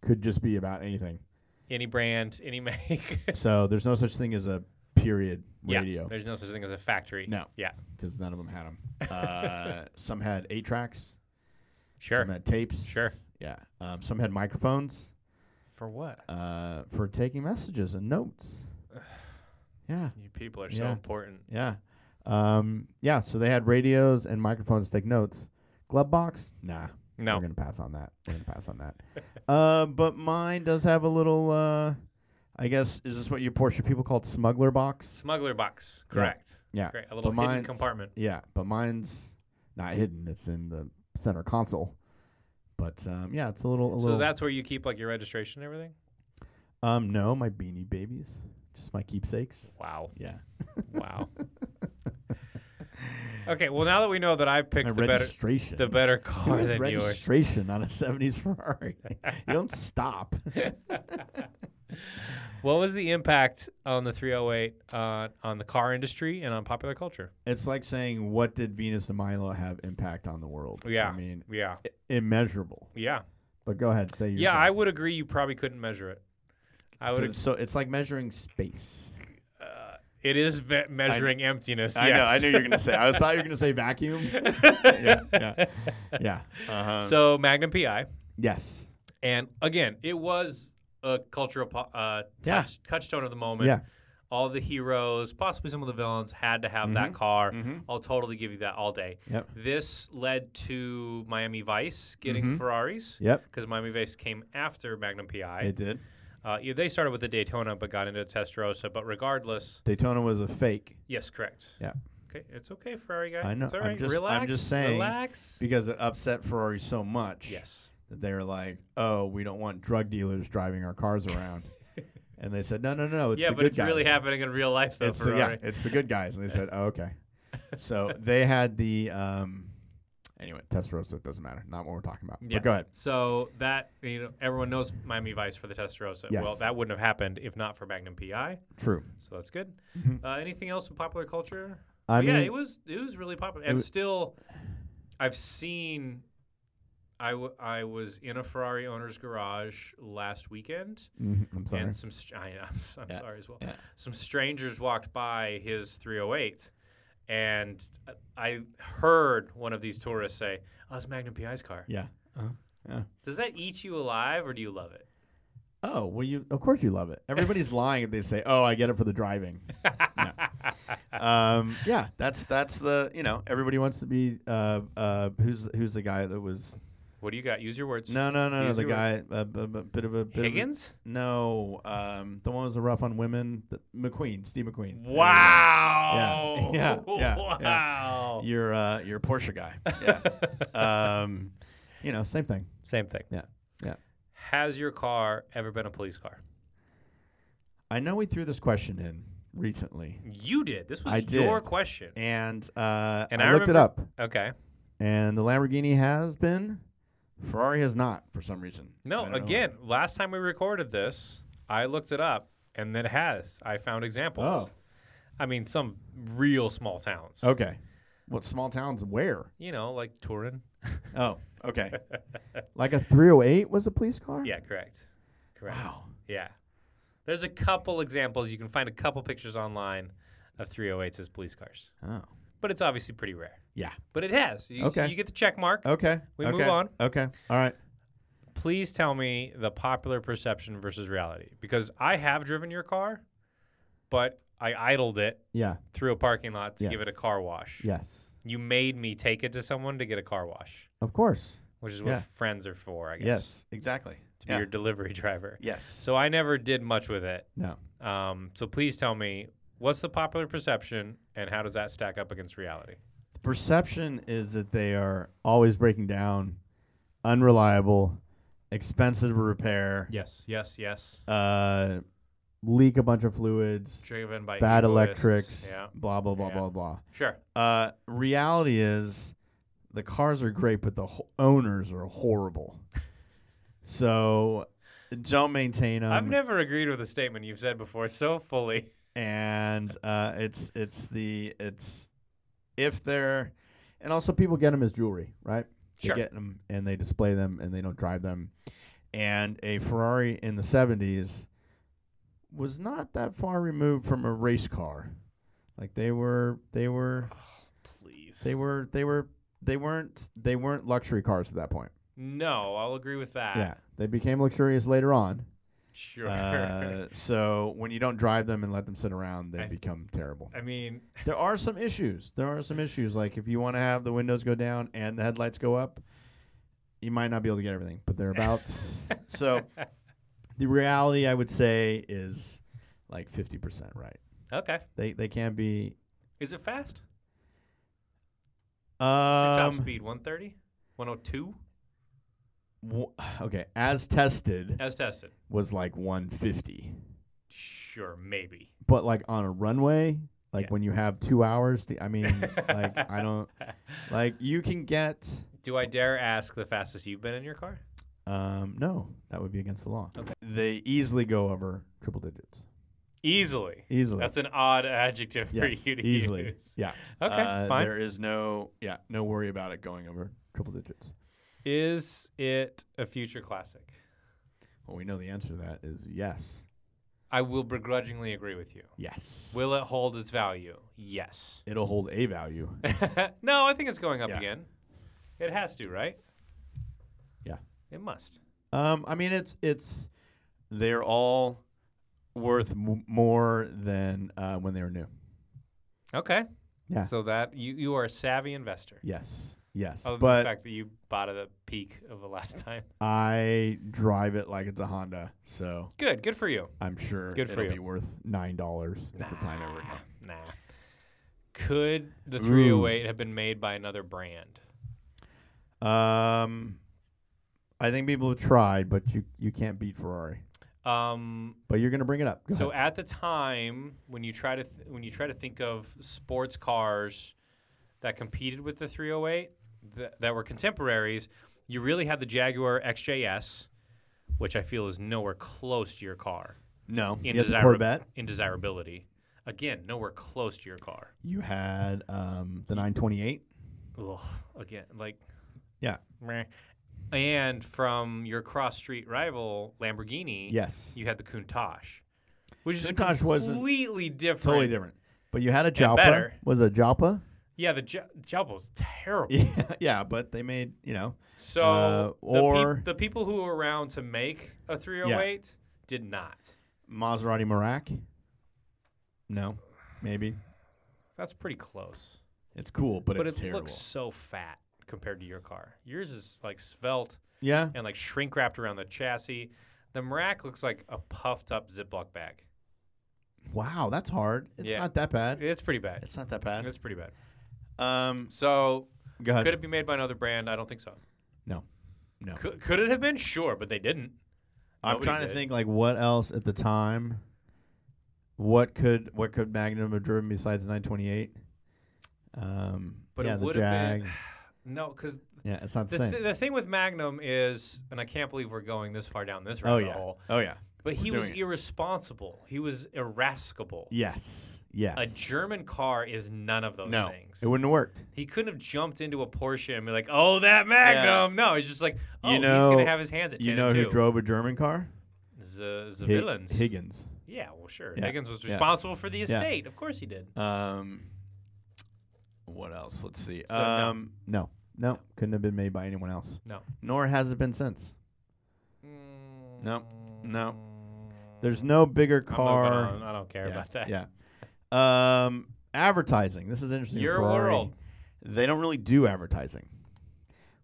A: could just be about anything.
B: Any brand, any make.
A: so there's no such thing as a period
B: Yeah,
A: radio
B: there's no such thing as a factory.
A: No.
B: Yeah.
A: because none of them had them. Uh, some had eight tracks.
B: Sure.
A: Some had tapes.
B: Sure.
A: Yeah. Um, some had microphones
B: For what?
A: uh, for taking messages and notes. yeah.
B: You people are so
A: Yeah.
B: important.
A: Yeah. Um, yeah. So they had radios and microphones to take notes. Glove box? Nah. We're
B: No.
A: gonna pass on that. We're gonna pass on that. uh, but mine does have a little. Uh, I guess is this what your Porsche people called smuggler box?
B: Smuggler box. Correct.
A: Yeah.
B: Great. A little
A: but
B: hidden
A: mine's-
B: compartment.
A: Yeah, but mine's not hidden. It's in the center console. But um, yeah, it's a little. A
B: So
A: little
B: that's where you keep like your registration and everything?
A: um, no, my beanie babies, just my keepsakes.
B: Wow.
A: Yeah,
B: Wow. okay, well now that we know that I
A: my
B: picked the better
A: registration.
B: the better
A: Who
B: car
A: has
B: than yours.
A: registration on a '70s Ferrari? you don't stop.
B: What was the impact on the 308 uh, on the car industry and on popular culture?
A: It's like saying, "What did Venus and Milo have impact on the world?"
B: Yeah.
A: I mean,
B: Yeah.
A: i- immeasurable.
B: Yeah.
A: But go ahead, say yours.
B: Yeah, I would agree you probably couldn't measure it. I would
A: so, so it's like measuring space.
B: It is ve- measuring emptiness.
A: I know. I
B: yes.
A: knew you were gonna say. I was thought you were gonna say vacuum. yeah, yeah, yeah. Uh-huh.
B: So Magnum PI,
A: yes,
B: and again, it was a cultural po- uh,
A: Yeah.
B: touch, touchstone of the moment.
A: Yeah.
B: All the heroes, possibly some of the villains, had to have that car. I'll totally give you that all day.
A: Mm-hmm. Yep.
B: This led to Miami Vice getting
A: Mm-hmm.
B: Ferraris.
A: Yep.
B: Because Miami Vice came after Magnum PI.
A: it did.
B: Uh, yeah, they started with the Daytona, but got into Testarossa. But regardless,
A: Daytona was a fake
B: yes, correct.
A: Yeah.
B: Okay, it's okay, Ferrari guy.
A: I know.
B: It's all
A: I'm
B: right.
A: just- I'm
B: relax.
A: just saying-
B: Relax.
A: because it upset Ferrari so much.
B: yes.
A: that they were like, "Oh, we don't want drug dealers driving our cars around," and they said, "No, no, no, it's
B: yeah,
A: the
B: but
A: good
B: it's really
A: guys.
B: happening in real life though.
A: it's the,
B: Ferrari.
A: yeah, it's the good guys. And they said, oh, okay. So they had the um, Anyway, Testarossa doesn't matter. Not what we're talking about.
B: Yeah.
A: But go ahead.
B: So that you know, everyone knows Miami Vice for the Testarossa. Well,
A: Yes.
B: that wouldn't have happened if not for Magnum PI.
A: True. Mm-hmm.
B: So that's good. Uh, anything else in popular culture?
A: I
B: yeah,
A: mean,
B: it was it was really popular, and
A: was-
B: still, I've seen. I, w- I was in a Ferrari owner's garage last weekend,
A: Mhm, I'm sorry.
B: and some str- I, am I'm
A: Yeah,
B: sorry as well.
A: yeah.
B: Some strangers walked by his 308, and I heard one of these tourists say, "Oh, it's Magnum PI's car."
A: yeah.
B: Uh-huh.
A: yeah.
B: Does that eat you alive, or do you love it?
A: Oh well, you of course you love it. Everybody's lying if they say, "Oh, I get it for the driving." No. um, yeah, that's that's the you know everybody wants to be uh, uh, who's who's the guy that was
B: What do you got? Use your words.
A: no no no, no
B: These
A: the
B: were-
A: guy a b- b- bit of a bit of a-
B: Higgins.
A: no um, the one who was a rough on women the, McQueen Steve McQueen
B: Wow.
A: Yeah, yeah, yeah.
B: wow.
A: your uh, your Porsche guy yeah um, you know same thing
B: Same thing.
A: Yeah, yeah.
B: Has your car ever been a police car?
A: I know we threw this question in recently
B: You did. This was
A: I
B: your
A: did.
B: question.
A: and uh,
B: And
A: I,
B: I
A: looked
B: remember-
A: it up
B: Okay.
A: and the Lamborghini has been. Ferrari has not for some reason. I
B: No,
A: don't know why.
B: again, last time we recorded this, I looked it up and it has. I found examples.
A: Oh.
B: I mean, some real small towns.
A: Okay. What small towns where?
B: You know, like Turin.
A: Oh, okay. like a 308 was a police car?
B: Yeah, correct. Correct.
A: Wow.
B: Yeah. There's a couple examples. You can find a couple pictures online of 308s as police cars,
A: Oh.
B: but it's obviously pretty rare.
A: Yeah.
B: But it has. You,
A: Okay. Oh.
B: you get the check mark.
A: Okay.
B: We
A: okay.
B: move on.
A: Okay. All right.
B: please tell me the popular perception versus reality because I have driven your car, but I idled it
A: Yeah.
B: through a parking lot to give it
A: Yes.
B: a car wash.
A: Yes.
B: You made me take it to someone to get a car wash,
A: Of course.
B: which is what
A: Yeah.
B: friends are for, I guess.
A: Yes. Exactly.
B: To be your delivery driver.
A: Yes.
B: So I never did much with it.
A: no.
B: Um, so please tell me what's the popular perception and how does that stack up against reality?
A: The perception is that they are always breaking down, unreliable, expensive to repair,
B: Yes, yes, yes.
A: uh, leak a bunch of fluids,
B: Driven by
A: bad
B: egoists.
A: electrics,
B: Yeah,
A: blah blah blah
B: Yeah.
A: blah blah.
B: sure.
A: Uh, reality is the cars are great, but the ho- owners are horrible. so don't maintain them.
B: I've never agreed with a statement you've said before so fully.
A: and uh, it's it's the it's if they're and also people get them as jewelry, right?
B: Sure.
A: They get them and they display them and they don't drive them. And a Ferrari in the '70s was not that far removed from a race car. Like they were, they were.
B: Please.
A: They were they were they weren't they weren't luxury cars at that point.
B: No, I'll agree with that.
A: yeah, they became luxurious later on.
B: Ah. Sure.
A: Uh, so when you don't drive them and let them sit around, they
B: I-
A: become terrible.
B: I mean,
A: There are some issues. There are some issues. Like if you want to have the windows go down and the headlights go up, you might not be able to get everything. But they're about so. The reality I would say is like fifty percent right.
B: okay.
A: They they can be.
B: Is it fast?
A: Um,
B: What's your top speed 130? 102?
A: w- okay, as tested.
B: As tested.
A: was like 150.
B: Sure, maybe.
A: But like on a runway, like
B: Yeah.
A: when you have two hours, to, I mean, like I don't like you can get.
B: Do I dare ask the fastest you've been in your car?
A: Um, no, that would be against the law.
B: Okay.
A: They easily go over triple digits.
B: Easily.
A: Easily.
B: That's an odd adjective
A: yes,
B: for you to
A: easily.
B: use.
A: Yeah.
B: Okay,
A: Uh,
B: fine.
A: There is no yeah, no worry about it going over triple digits.
B: Is it a future classic?
A: Well, we know the answer to that is yes.
B: I will begrudgingly agree with you.
A: Yes.
B: Will it hold its value? Yes.
A: It'll hold a value.
B: no, I think it's going up
A: Yeah.
B: again. It has to, right?
A: Yeah.
B: It must.
A: Um, I mean, it's it's they're all worth m- more than uh, when they were new.
B: Okay.
A: Yeah.
B: So that you, you are a savvy investor.
A: Yes, yes,
B: Other than the
A: but
B: fact that you bought at the peak of the last time.
A: I drive it like it's a Honda, so
B: Good. Good for you.
A: I'm sure
B: Good for
A: it'll
B: you.
A: be worth nine dollars at the time I work on.
B: Nah. Could the 308 have been made by another brand?
A: Um, I think people have tried, but you you can't beat Ferrari.
B: Um,
A: But you're gonna bring it up. Go
B: so
A: ahead.
B: at the time when you try to th- when you try to think of sports cars that competed with the 308, th- that were contemporaries, you really had the Jaguar XJS, which I feel is nowhere close to your car
A: No,
B: in,
A: you had the
B: desirab-
A: Corvette.
B: in desirability. Again, nowhere close to your car.
A: You had um, the 928.
B: Ugh, again, like
A: Yeah.
B: meh. And from your cross street rival Lamborghini,
A: Yes.
B: you had the Countach, which is
A: Countach was a-
B: completely different.
A: Totally different. But you had a Jalpa.
B: better.
A: Was it a Jalpa?
B: Yeah, the J- Jalpo's terrible.
A: Yeah, yeah, but they made, you know,
B: So
A: Uh,
B: the,
A: or-
B: peop the people who were around to make a 308 did not.
A: Maserati Merak. No, maybe.
B: That's pretty close.
A: It's cool, but,
B: But
A: it's
B: it
A: terrible.
B: looks so fat compared to your car. Yours is like svelte
A: yeah.
B: and like shrink wrapped around the chassis. The Merak looks like a puffed up Ziploc bag.
A: Wow, that's hard. It's
B: Yeah.
A: not that bad.
B: It's pretty bad.
A: It's not that bad.
B: It's pretty bad.
A: Um,
B: So
A: go ahead.
B: could it be made by another brand? I don't think so.
A: No. No.
B: Could, could it have been? Sure, but they didn't.
A: I'm
B: Nobody
A: trying to
B: did.
A: think like what else at the time. What could what could Magnum have driven besides 928? Um,
B: But
A: yeah,
B: it
A: the
B: would have
A: Jag.
B: been. No, because
A: Yeah, it's not the,
B: the,
A: same.
B: th- the thing with Magnum is, and I can't believe we're going this far down this
A: oh
B: rabbit
A: yeah.
B: hole.
A: Oh yeah.
B: But he
A: We're
B: was
A: doing it.
B: irresponsible. He was irascible.
A: Yes. Yes.
B: A German car is none of those
A: no,
B: things.
A: it wouldn't have worked.
B: he couldn't have jumped into a Porsche and be like, "Oh, that Magnum!" No, he's just like, "Oh,
A: You
B: he's
A: know-
B: gonna have his hands at
A: You
B: 10
A: know
B: and
A: who
B: two.
A: drove a German car?
B: the,
A: Hi-
B: the villains.
A: Higgins.
B: yeah, well, sure.
A: Yeah,
B: Higgins was
A: yeah.
B: responsible for the estate. Of course, he did.
A: Um, what else? Let's see.
B: So, no.
A: um, no. no, couldn't have been made by anyone else.
B: No.
A: Nor has it been since. No, no. There's no bigger
B: Mm. I'm moving
A: car.
B: on. I don't care
A: yeah,
B: about that.
A: Yeah. Um, advertising. This is interesting. with
B: Your
A: Ferrari.
B: world.
A: They don't really do advertising.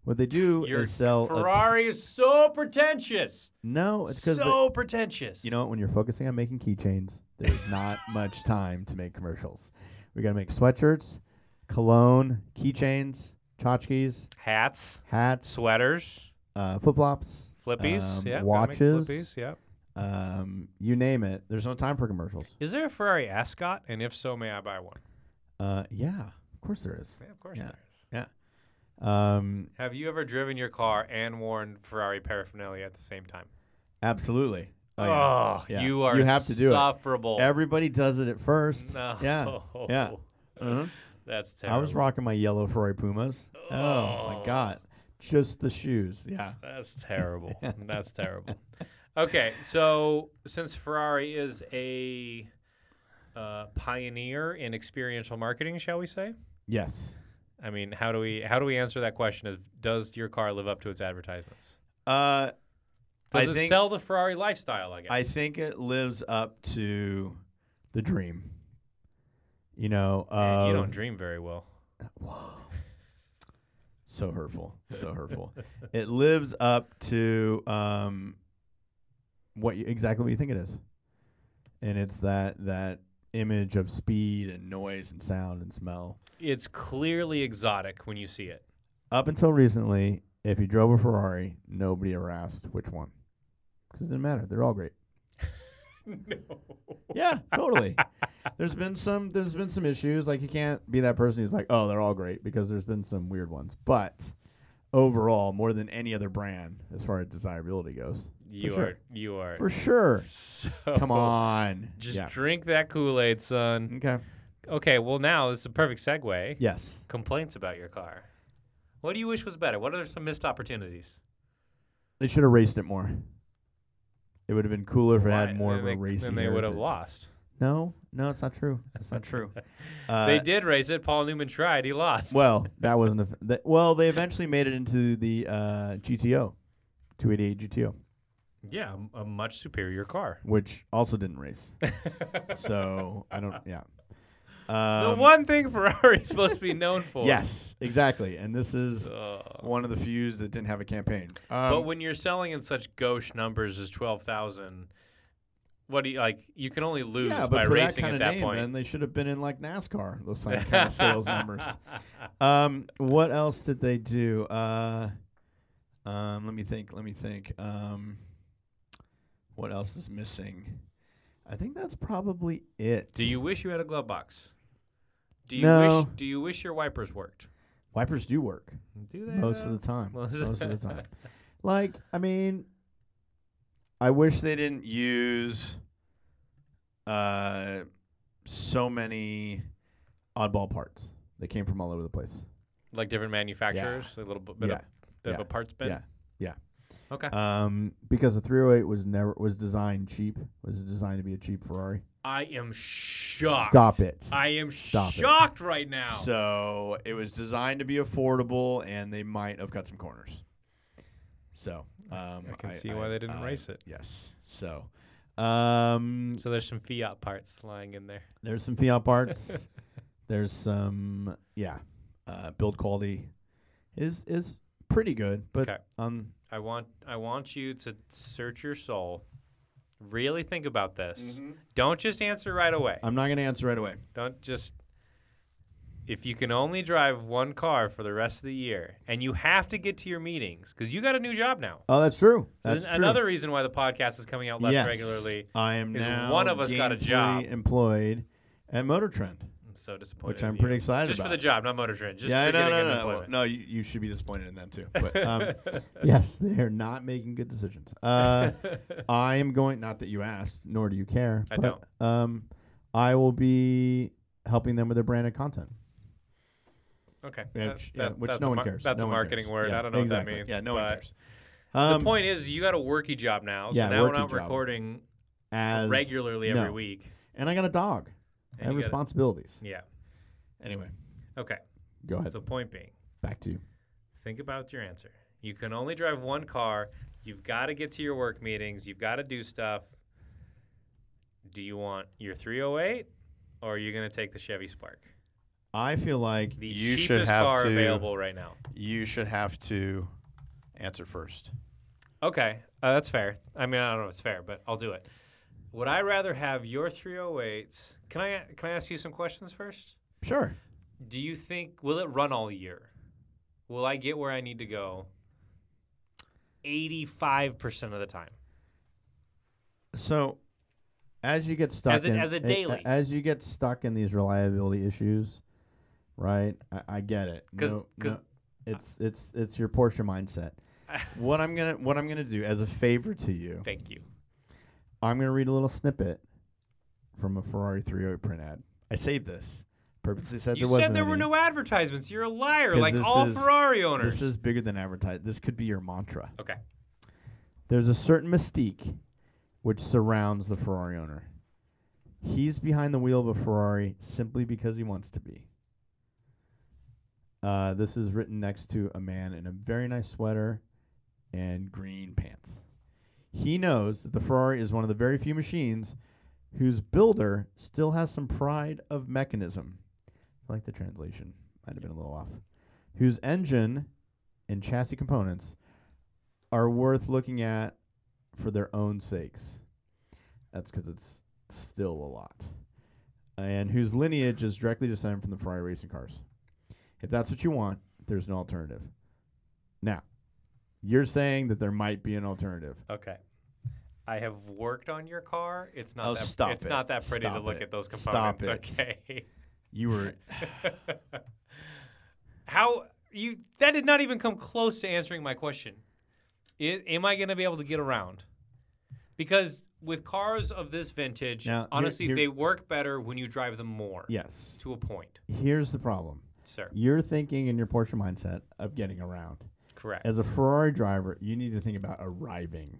A: What they do
B: Your
A: is sell. a t-
B: Ferrari is so pretentious.
A: no, it's because
B: so pretentious.
A: you know what? When you're focusing on making keychains, there's not much time to make commercials. We got to make sweatshirts, cologne, keychains, tchotchkes,
B: hats,
A: hats,
B: sweaters,
A: uh, flip flops,
B: flippies,
A: um,
B: yeah, gotta make
A: watches,
B: flippies, yeah.
A: um, you name it. There's no time for commercials.
B: Is there a Ferrari ascot? And if so, may I buy one?
A: Uh, yeah, of course there is.
B: Yeah, of course
A: Yeah.
B: there is.
A: Um,
B: Have you ever driven your car and worn Ferrari paraphernalia at the same time?
A: absolutely.
B: Oh,
A: yeah. Yeah.
B: you are
A: You have to do it.
B: insufferable.
A: Everybody does it at first.
B: Oh. No.
A: Yeah. Yeah. Uh-huh.
B: That's terrible.
A: I was rocking my yellow Ferrari Pumas. Oh.
B: Oh.
A: my god. Just the shoes. Yeah.
B: That's terrible. That's terrible. Okay, so since Ferrari is a uh, pioneer in experiential marketing, shall we say?
A: Yes.
B: I mean, how do we how do we answer that question? Of does your car live up to its advertisements?
A: Uh
B: Does
A: I
B: it
A: think-
B: sell the Ferrari lifestyle? I guess.
A: I think it lives up to the dream. You know,
B: Man,
A: uh
B: you don't dream very well.
A: so hurtful. So hurtful. it lives up to um what you, exactly what you think it is. And it's that that image of speed and noise and sound and smell.
B: It's clearly exotic when you see it.
A: up until recently, if you drove a Ferrari, nobody ever asked which one. Because it didn't matter. They're all great.
B: no.
A: Yeah, totally. there's been some there's been some issues. Like you can't be that person who's like, oh, they're all great because there's been some weird ones. But overall, more than any other brand as far as desirability goes.
B: You
A: sure.
B: are you are
A: For sure.
B: so
A: Come on.
B: Oh, Just
A: yeah.
B: drink that Kool-Aid, son.
A: Okay.
B: Okay, well now this is a perfect segue.
A: Yes.
B: Complaints about your car. What do you wish was better? What are some missed opportunities?
A: They should have raced it more. It would have been cooler if it
B: Why?
A: had more
B: Then
A: of a
B: they,
A: racing.
B: Then they would have
A: heritage.
B: lost.
A: No, no, it's not true. That's not true. Uh,
B: they did race it. Paul Newman tried. He lost.
A: Well, that wasn't a. f- That, well, they eventually made it into the uh, GTO, 288 GTO,
B: yeah, a much superior car.
A: which also didn't race. so I don't. Yeah. Um,
B: the one thing Ferrari is supposed to be known for.
A: Yes, Um, exactly. And this is
B: Ugh.
A: one of the few that didn't have a campaign.
B: but
A: Um,
B: when you're selling in such gauche numbers as twelve thousand, what do you like? You can only lose
A: yeah,
B: by
A: but for that
B: racing
A: kind
B: at
A: of
B: that
A: name,
B: point.
A: then they should have been in like NASCAR. Those kind of sales numbers. Um, what else did they do? Uh, um, let me think. Let me think. Um, what else is missing? I think that's probably it.
B: Do you wish you had a glove box? Do you
A: No.
B: wish do you wish your wipers worked?
A: Wipers do work
B: Do they
A: most of
B: though?
A: the time.
B: Most
A: Most
B: of
A: of the time. Like, I mean, I wish they didn't use uh, so many oddball parts that came from all over the place.
B: like different manufacturers, a little b- bit, of, bit of
A: yeah,
B: a parts bin.
A: yeah, yeah.
B: Okay.
A: Um, because the 308 was never was designed cheap. Was designed to be a cheap Ferrari.
B: I am shocked.
A: Stop it.
B: I am
A: Stop it.
B: shocked right now.
A: So it was designed to be affordable, and they might have cut some corners. So um,
B: I can see why they didn't race it.
A: Yes. So um,
B: So there's some Fiat parts lying in there.
A: there's some Fiat parts. there's some yeah. Uh, build quality is is pretty good, but
B: Okay.
A: um
B: I want I want you to search your soul. Really think about this. Don't just answer right away.
A: I'm not gonna answer right away.
B: Don't just if you can only drive one car for the rest of the year and you have to get to your meetings cuz you got a new job now.
A: Oh, that's true.
B: So
A: That's
B: then
A: true.
B: another reason why the podcast is coming out less
A: Yes.
B: regularly.
A: I am
B: is
A: now
B: one of us got a
A: gainfully
B: job.
A: employed at Motor Trend,
B: I'm so disappointed.
A: which I'm
B: in
A: pretty
B: you.
A: excited
B: Just
A: about.
B: for the job, not motor trend. Just
A: yeah,
B: for
A: no,
B: getting
A: no,
B: an
A: no, no.
B: employment.
A: No, you, you should be disappointed in them too. But um, yes, they're not making good decisions. Uh, I am going. Not that you asked, nor do you care.
B: I
A: but, Um, I will be helping them with their branded content.
B: Okay.
A: Which,
B: that-
A: yeah,
B: that-
A: which
B: that's
A: no
B: a
A: one
B: mar-
A: cares.
B: That's
A: No
B: a
A: one
B: marketing
A: cares.
B: word.
A: Yeah,
B: I don't know
A: exactly.
B: what that means.
A: Yeah, no one
B: but
A: cares. Um,
B: the point is, you got a worky job now. So
A: yeah,
B: now we're
A: worky
B: not
A: job.
B: recording
A: as
B: regularly every
A: no.
B: week.
A: and I got a dog. I
B: And
A: have
B: you gotta-
A: responsibilities.
B: Yeah.
A: Anyway,
B: Okay.
A: go ahead.
B: So point being,
A: Back to you.
B: think about your answer. You can only drive one car. You've got to get to your work meetings. You've got to do stuff. Do you want your 308 or are you going to take the Chevy Spark?
A: I feel like
B: The
A: you
B: cheapest
A: should have
B: car
A: to.
B: available right now.
A: You should have to answer first.
B: Okay, uh, that's fair. I mean, I don't know if it's fair, but I'll do it. Would I rather have your 308s? Can I can I ask you some questions first?
A: Sure.
B: Do you think will it run all year? Will I get where I need to go? 85% of the time.
A: So, as you get stuck
B: As a-
A: in,
B: as a daily.
A: as you get stuck in these reliability issues, right? I, I get it.
B: 'Cause-
A: no,
B: 'cause-
A: no, it's it's it's your Porsche mindset. what I'm gonna what I'm gonna do as a favor to you,
B: Thank you.
A: I'm gonna read a little snippet from a Ferrari 308 print ad. I saved this purposely. Said
B: You
A: there wasn't
B: said there were
A: any.
B: no advertisements. You're a liar
A: 'Cause
B: like
A: this
B: all
A: is-
B: Ferrari owners.
A: This is bigger than advertising. This could be your mantra.
B: okay.
A: There's a certain mystique which surrounds the Ferrari owner. He's behind the wheel of a Ferrari simply because he wants to be. Uh, this is written next to a man in a very nice sweater and green pants. He knows that the Ferrari is one of the very few machines whose builder still has some pride of mechanism. I like the translation, might have been a little off. Whose engine and chassis components are worth looking at for their own sakes. That's because it's still a lot. And whose lineage is directly descended from the Ferrari racing cars. If that's what you want, there's an alternative. Now, you're saying that there might be an alternative.
B: Okay. I have worked on your car. It's not
A: Oh,
B: that
A: stop
B: it's
A: it.
B: not that pretty to
A: Stop
B: look
A: it.
B: at those
A: Stop
B: components. Okay.
A: You were
B: How you that did not even come close to answering my question. I am I going to be able to get around? Because with cars of this vintage,
A: Now, here-
B: honestly,
A: here-
B: they work better when you drive them more.
A: yes.
B: To a point,
A: Here's the problem.
B: sir.
A: You're thinking in your Porsche mindset of getting around.
B: Correct.
A: As a Ferrari driver, you need to think about arriving.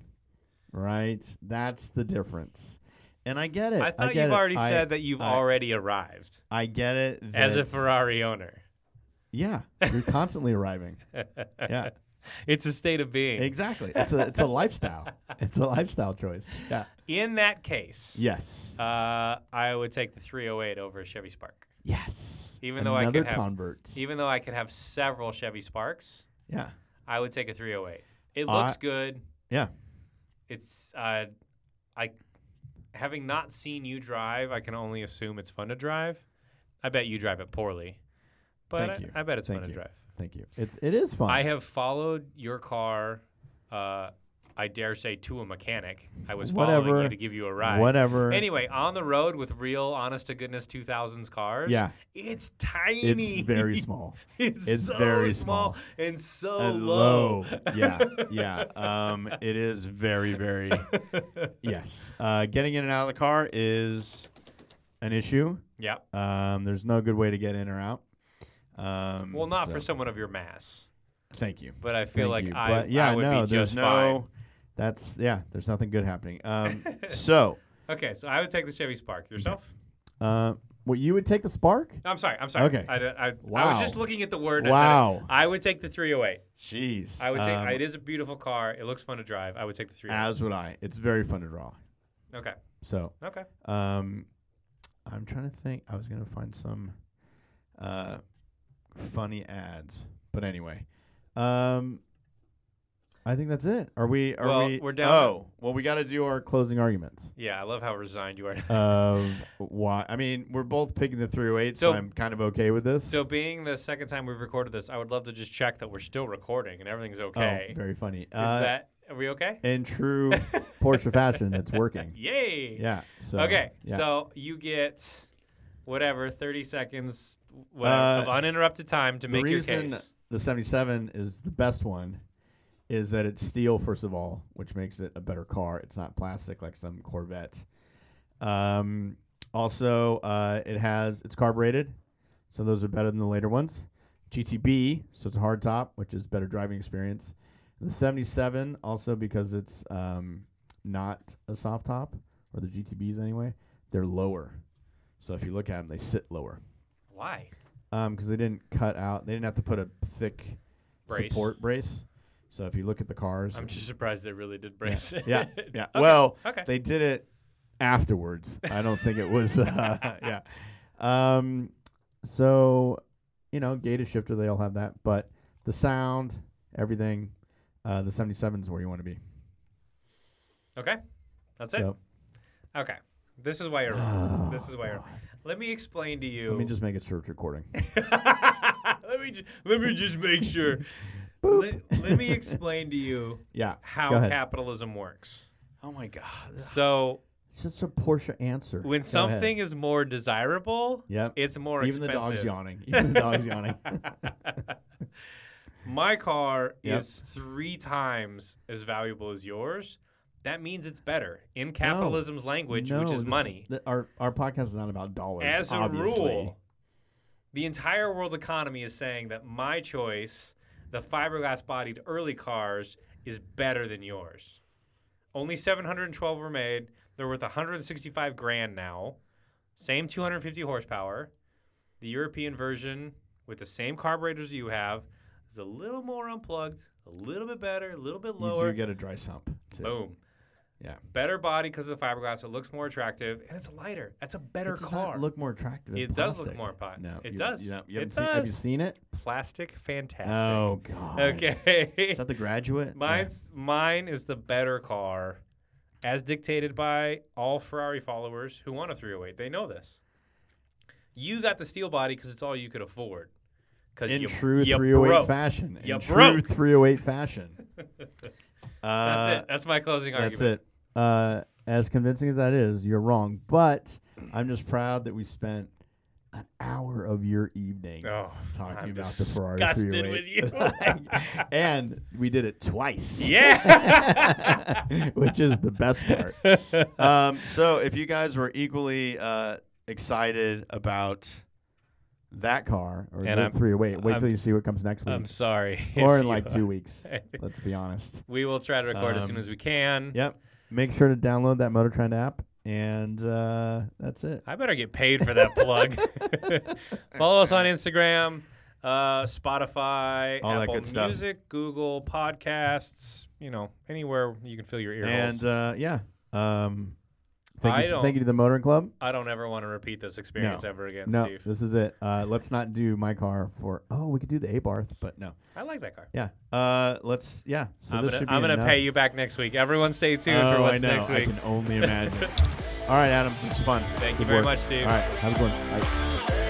A: Right? That's the difference. And I get it.
B: I thought
A: get
B: you've
A: it.
B: already
A: I-
B: said that you've
A: I-
B: already arrived
A: I get it.
B: as a
A: that-
B: Ferrari owner.
A: Yeah, you're constantly arriving. Yeah,
B: It's a state of being.
A: exactly. It's a it's a lifestyle. It's a lifestyle choice. Yeah.
B: In that case,
A: Yes.
B: uh, I would take the 308 over a Chevy Spark,
A: Yes.
B: Even though I could
A: Another
B: have- e-
A: convert.
B: even though I could have several Chevy Sparks.
A: yeah.
B: I would take a 308. It
A: I-
B: looks good.
A: Yeah.
B: It's uh, I having not seen you drive, I can only assume it's fun to drive. I bet you drive it poorly, but
A: Thank
B: I,
A: you.
B: I bet it's
A: Thank
B: fun
A: you.
B: to drive.
A: Thank you. It's it is fun.
B: I have followed your car uh, I dare say, to a mechanic. I was following
A: Whatever.
B: you to give you a ride.
A: Whatever.
B: Anyway, on the road with real, honest to goodness, 2000s cars.
A: Yeah.
B: It's tiny.
A: It's very small.
B: it's
A: it's
B: so
A: very
B: small,
A: small.
B: and so
A: And
B: low.
A: yeah, yeah. Um, it is very, very. yes. Uh, getting in and out of the car is an issue.
B: Yeah.
A: Um, there's no good way to get in or out. Um,
B: Well, not for
A: so-
B: someone of your mass,
A: Thank you.
B: but I feel
A: Thank
B: like
A: you.
B: I,
A: But, yeah,
B: I would
A: no,
B: be
A: there's
B: just
A: no. That's yeah. There's nothing good happening. Um, so,
B: fine. Okay, so I would take the Chevy Spark. Yourself?
A: uh, well, you would take the spark?
B: I'm sorry. I'm sorry.
A: Okay.
B: I, I, I was
A: Wow.
B: just looking at the word. and I said it.
A: Wow.
B: I would take the 308.
A: Jeez.
B: I would take.
A: Um,
B: it is a beautiful car. It looks fun to drive. I would take the 308.
A: As would I. It's very fun to draw.
B: okay.
A: So,
B: Okay.
A: um, I'm trying to think. I was gonna find some uh, funny ads, but anyway, um, I think that's it. Are we? Are
B: Well,
A: we?
B: we're down to-
A: Oh, well, we got to do our closing arguments.
B: Yeah, I love how resigned you are.
A: Of why? I mean, we're both picking the 308, so,
B: So-
A: I'm kind of okay with this.
B: So, being the second time we've recorded this, I would love to just check that we're still recording and everything's
A: Oh,
B: okay.
A: very funny.
B: Is
A: Uh,
B: that are we okay?
A: in true Porsche fashion, it's working.
B: Yay!
A: Yeah. So
B: okay,
A: yeah.
B: so you get whatever thirty seconds whatever, of
A: Uh,
B: uninterrupted time to
A: the
B: make your
A: reason
B: case.
A: the 77 is the best one is that it's steel first of all which makes it a better car it's not plastic like some corvette um, also uh, it has it's carbureted so those are better than the later ones gtb so it's a hard top which is better driving experience the 77 also because it's um, not a soft top or the gtbs anyway they're lower so if you look at them they sit lower
B: Why?
A: um, because they didn't cut out. They didn't have to put a thick
B: Brace.
A: support brace. So if you look at the cars,
B: I'm just surprised they really did brace it.
A: yeah, yeah.
B: Okay,
A: Well,
B: okay.
A: they did it afterwards. I don't think it was, uh, yeah. Um, so you know, gated shifter, they all have that, but the sound, everything, uh, the 77 is where you want to be.
B: Okay, that's it.
A: so
B: Okay, this is why you're wrong. this is why you're. Wrong. Let me explain to you.
A: let me just make it sure it's recording.
B: let me just, let me just make sure. let, let me explain to you
A: yeah.
B: how
A: Go ahead.
B: capitalism works.
A: Oh my god.
B: So
A: It's just a Porsche answer.
B: when
A: Go ahead.
B: something is more desirable,
A: Yep.
B: it's more
A: Even the
B: expensive.
A: dog's yawning. Even the dog's yawning.
B: My car
A: Yep.
B: is three times as valuable as yours. That means it's better in capitalism's language, which
A: No,
B: is
A: this
B: money.
A: th- our our podcast is not about dollars.
B: As a
A: obviously.
B: rule, the entire world economy is saying that my choice, the fiberglass bodied early cars, is better than yours. Only 712 were made. They're worth 165 grand now. Same 250 horsepower. The European version with the same carburetors you have is a little more unplugged, a little bit better, a little bit
A: you
B: lower.
A: do get a dry sump. too.
B: Boom.
A: Yeah.
B: Better body because of the fiberglass. It looks more attractive and it's lighter. That's a better
A: It does
B: car.
A: not look more attractive. than
B: It does look
A: plastic.
B: more pot-
A: No,
B: it
A: you-
B: does.
A: You, haven't- you haven't
B: It
A: seen, Have you
B: does.
A: seen it?
B: plastic fantastic.
A: Oh god.
B: Okay.
A: Is that the graduate?
B: Mine's mine is the better car, as dictated by all Ferrari followers who want a 308. They know this. You got the steel body because it's all you could afford. Because
A: Yeah. in
B: you,
A: true
B: you
A: 308
B: broke.
A: fashion.
B: You
A: in true
B: broke.
A: 308 fashion. uh,
B: That's it. That's my closing
A: That's
B: argument.
A: it. Uh, as convincing as that is, you're wrong. But I'm just proud that we spent an hour of your evening
B: Oh,
A: talking
B: I'm
A: about the Ferrari
B: disgusted
A: 308.
B: with you.
A: and we did it twice.
B: yeah.
A: which is the best part. Um, so, if you guys were equally uh, excited about that car or
B: And
A: the
B: I'm-
A: 308, wait till
B: I'm-
A: you see what comes next week,
B: I'm sorry.
A: or
B: if
A: in
B: you
A: like
B: are.
A: two weeks. let's be honest.
B: We will try to record as soon
A: Um,
B: as we can.
A: Yep. Make sure to download that Motor Trend app, and uh, that's it.
B: I better get paid for that plug. Follow us on Instagram, uh, Spotify,
A: All that
B: Apple
A: good stuff.
B: Music, Google Podcasts. You know, anywhere you can fill your ear
A: And
B: holes.
A: uh, yeah, um, thank,
B: I
A: you,
B: don't-
A: thank you to the Motoring Club.
B: I don't ever want to repeat this experience ever again,
A: No,
B: Steve.
A: this is it. Uh, let's not do my car for. Oh, we could do the Abarth, but no.
B: I like that car.
A: Yeah. Uh, let's. Yeah. So
B: I'm
A: this
B: gonna,
A: should be
B: I'm gonna
A: enough.
B: pay you back next week. Everyone, stay tuned for
A: Oh,
B: what's
A: I know.
B: next
A: I
B: week.
A: can only imagine. All right, Adam, this is fun.
B: Thank you
A: Good
B: very
A: work.
B: much, Steve.
A: All right, have a good one. Bye.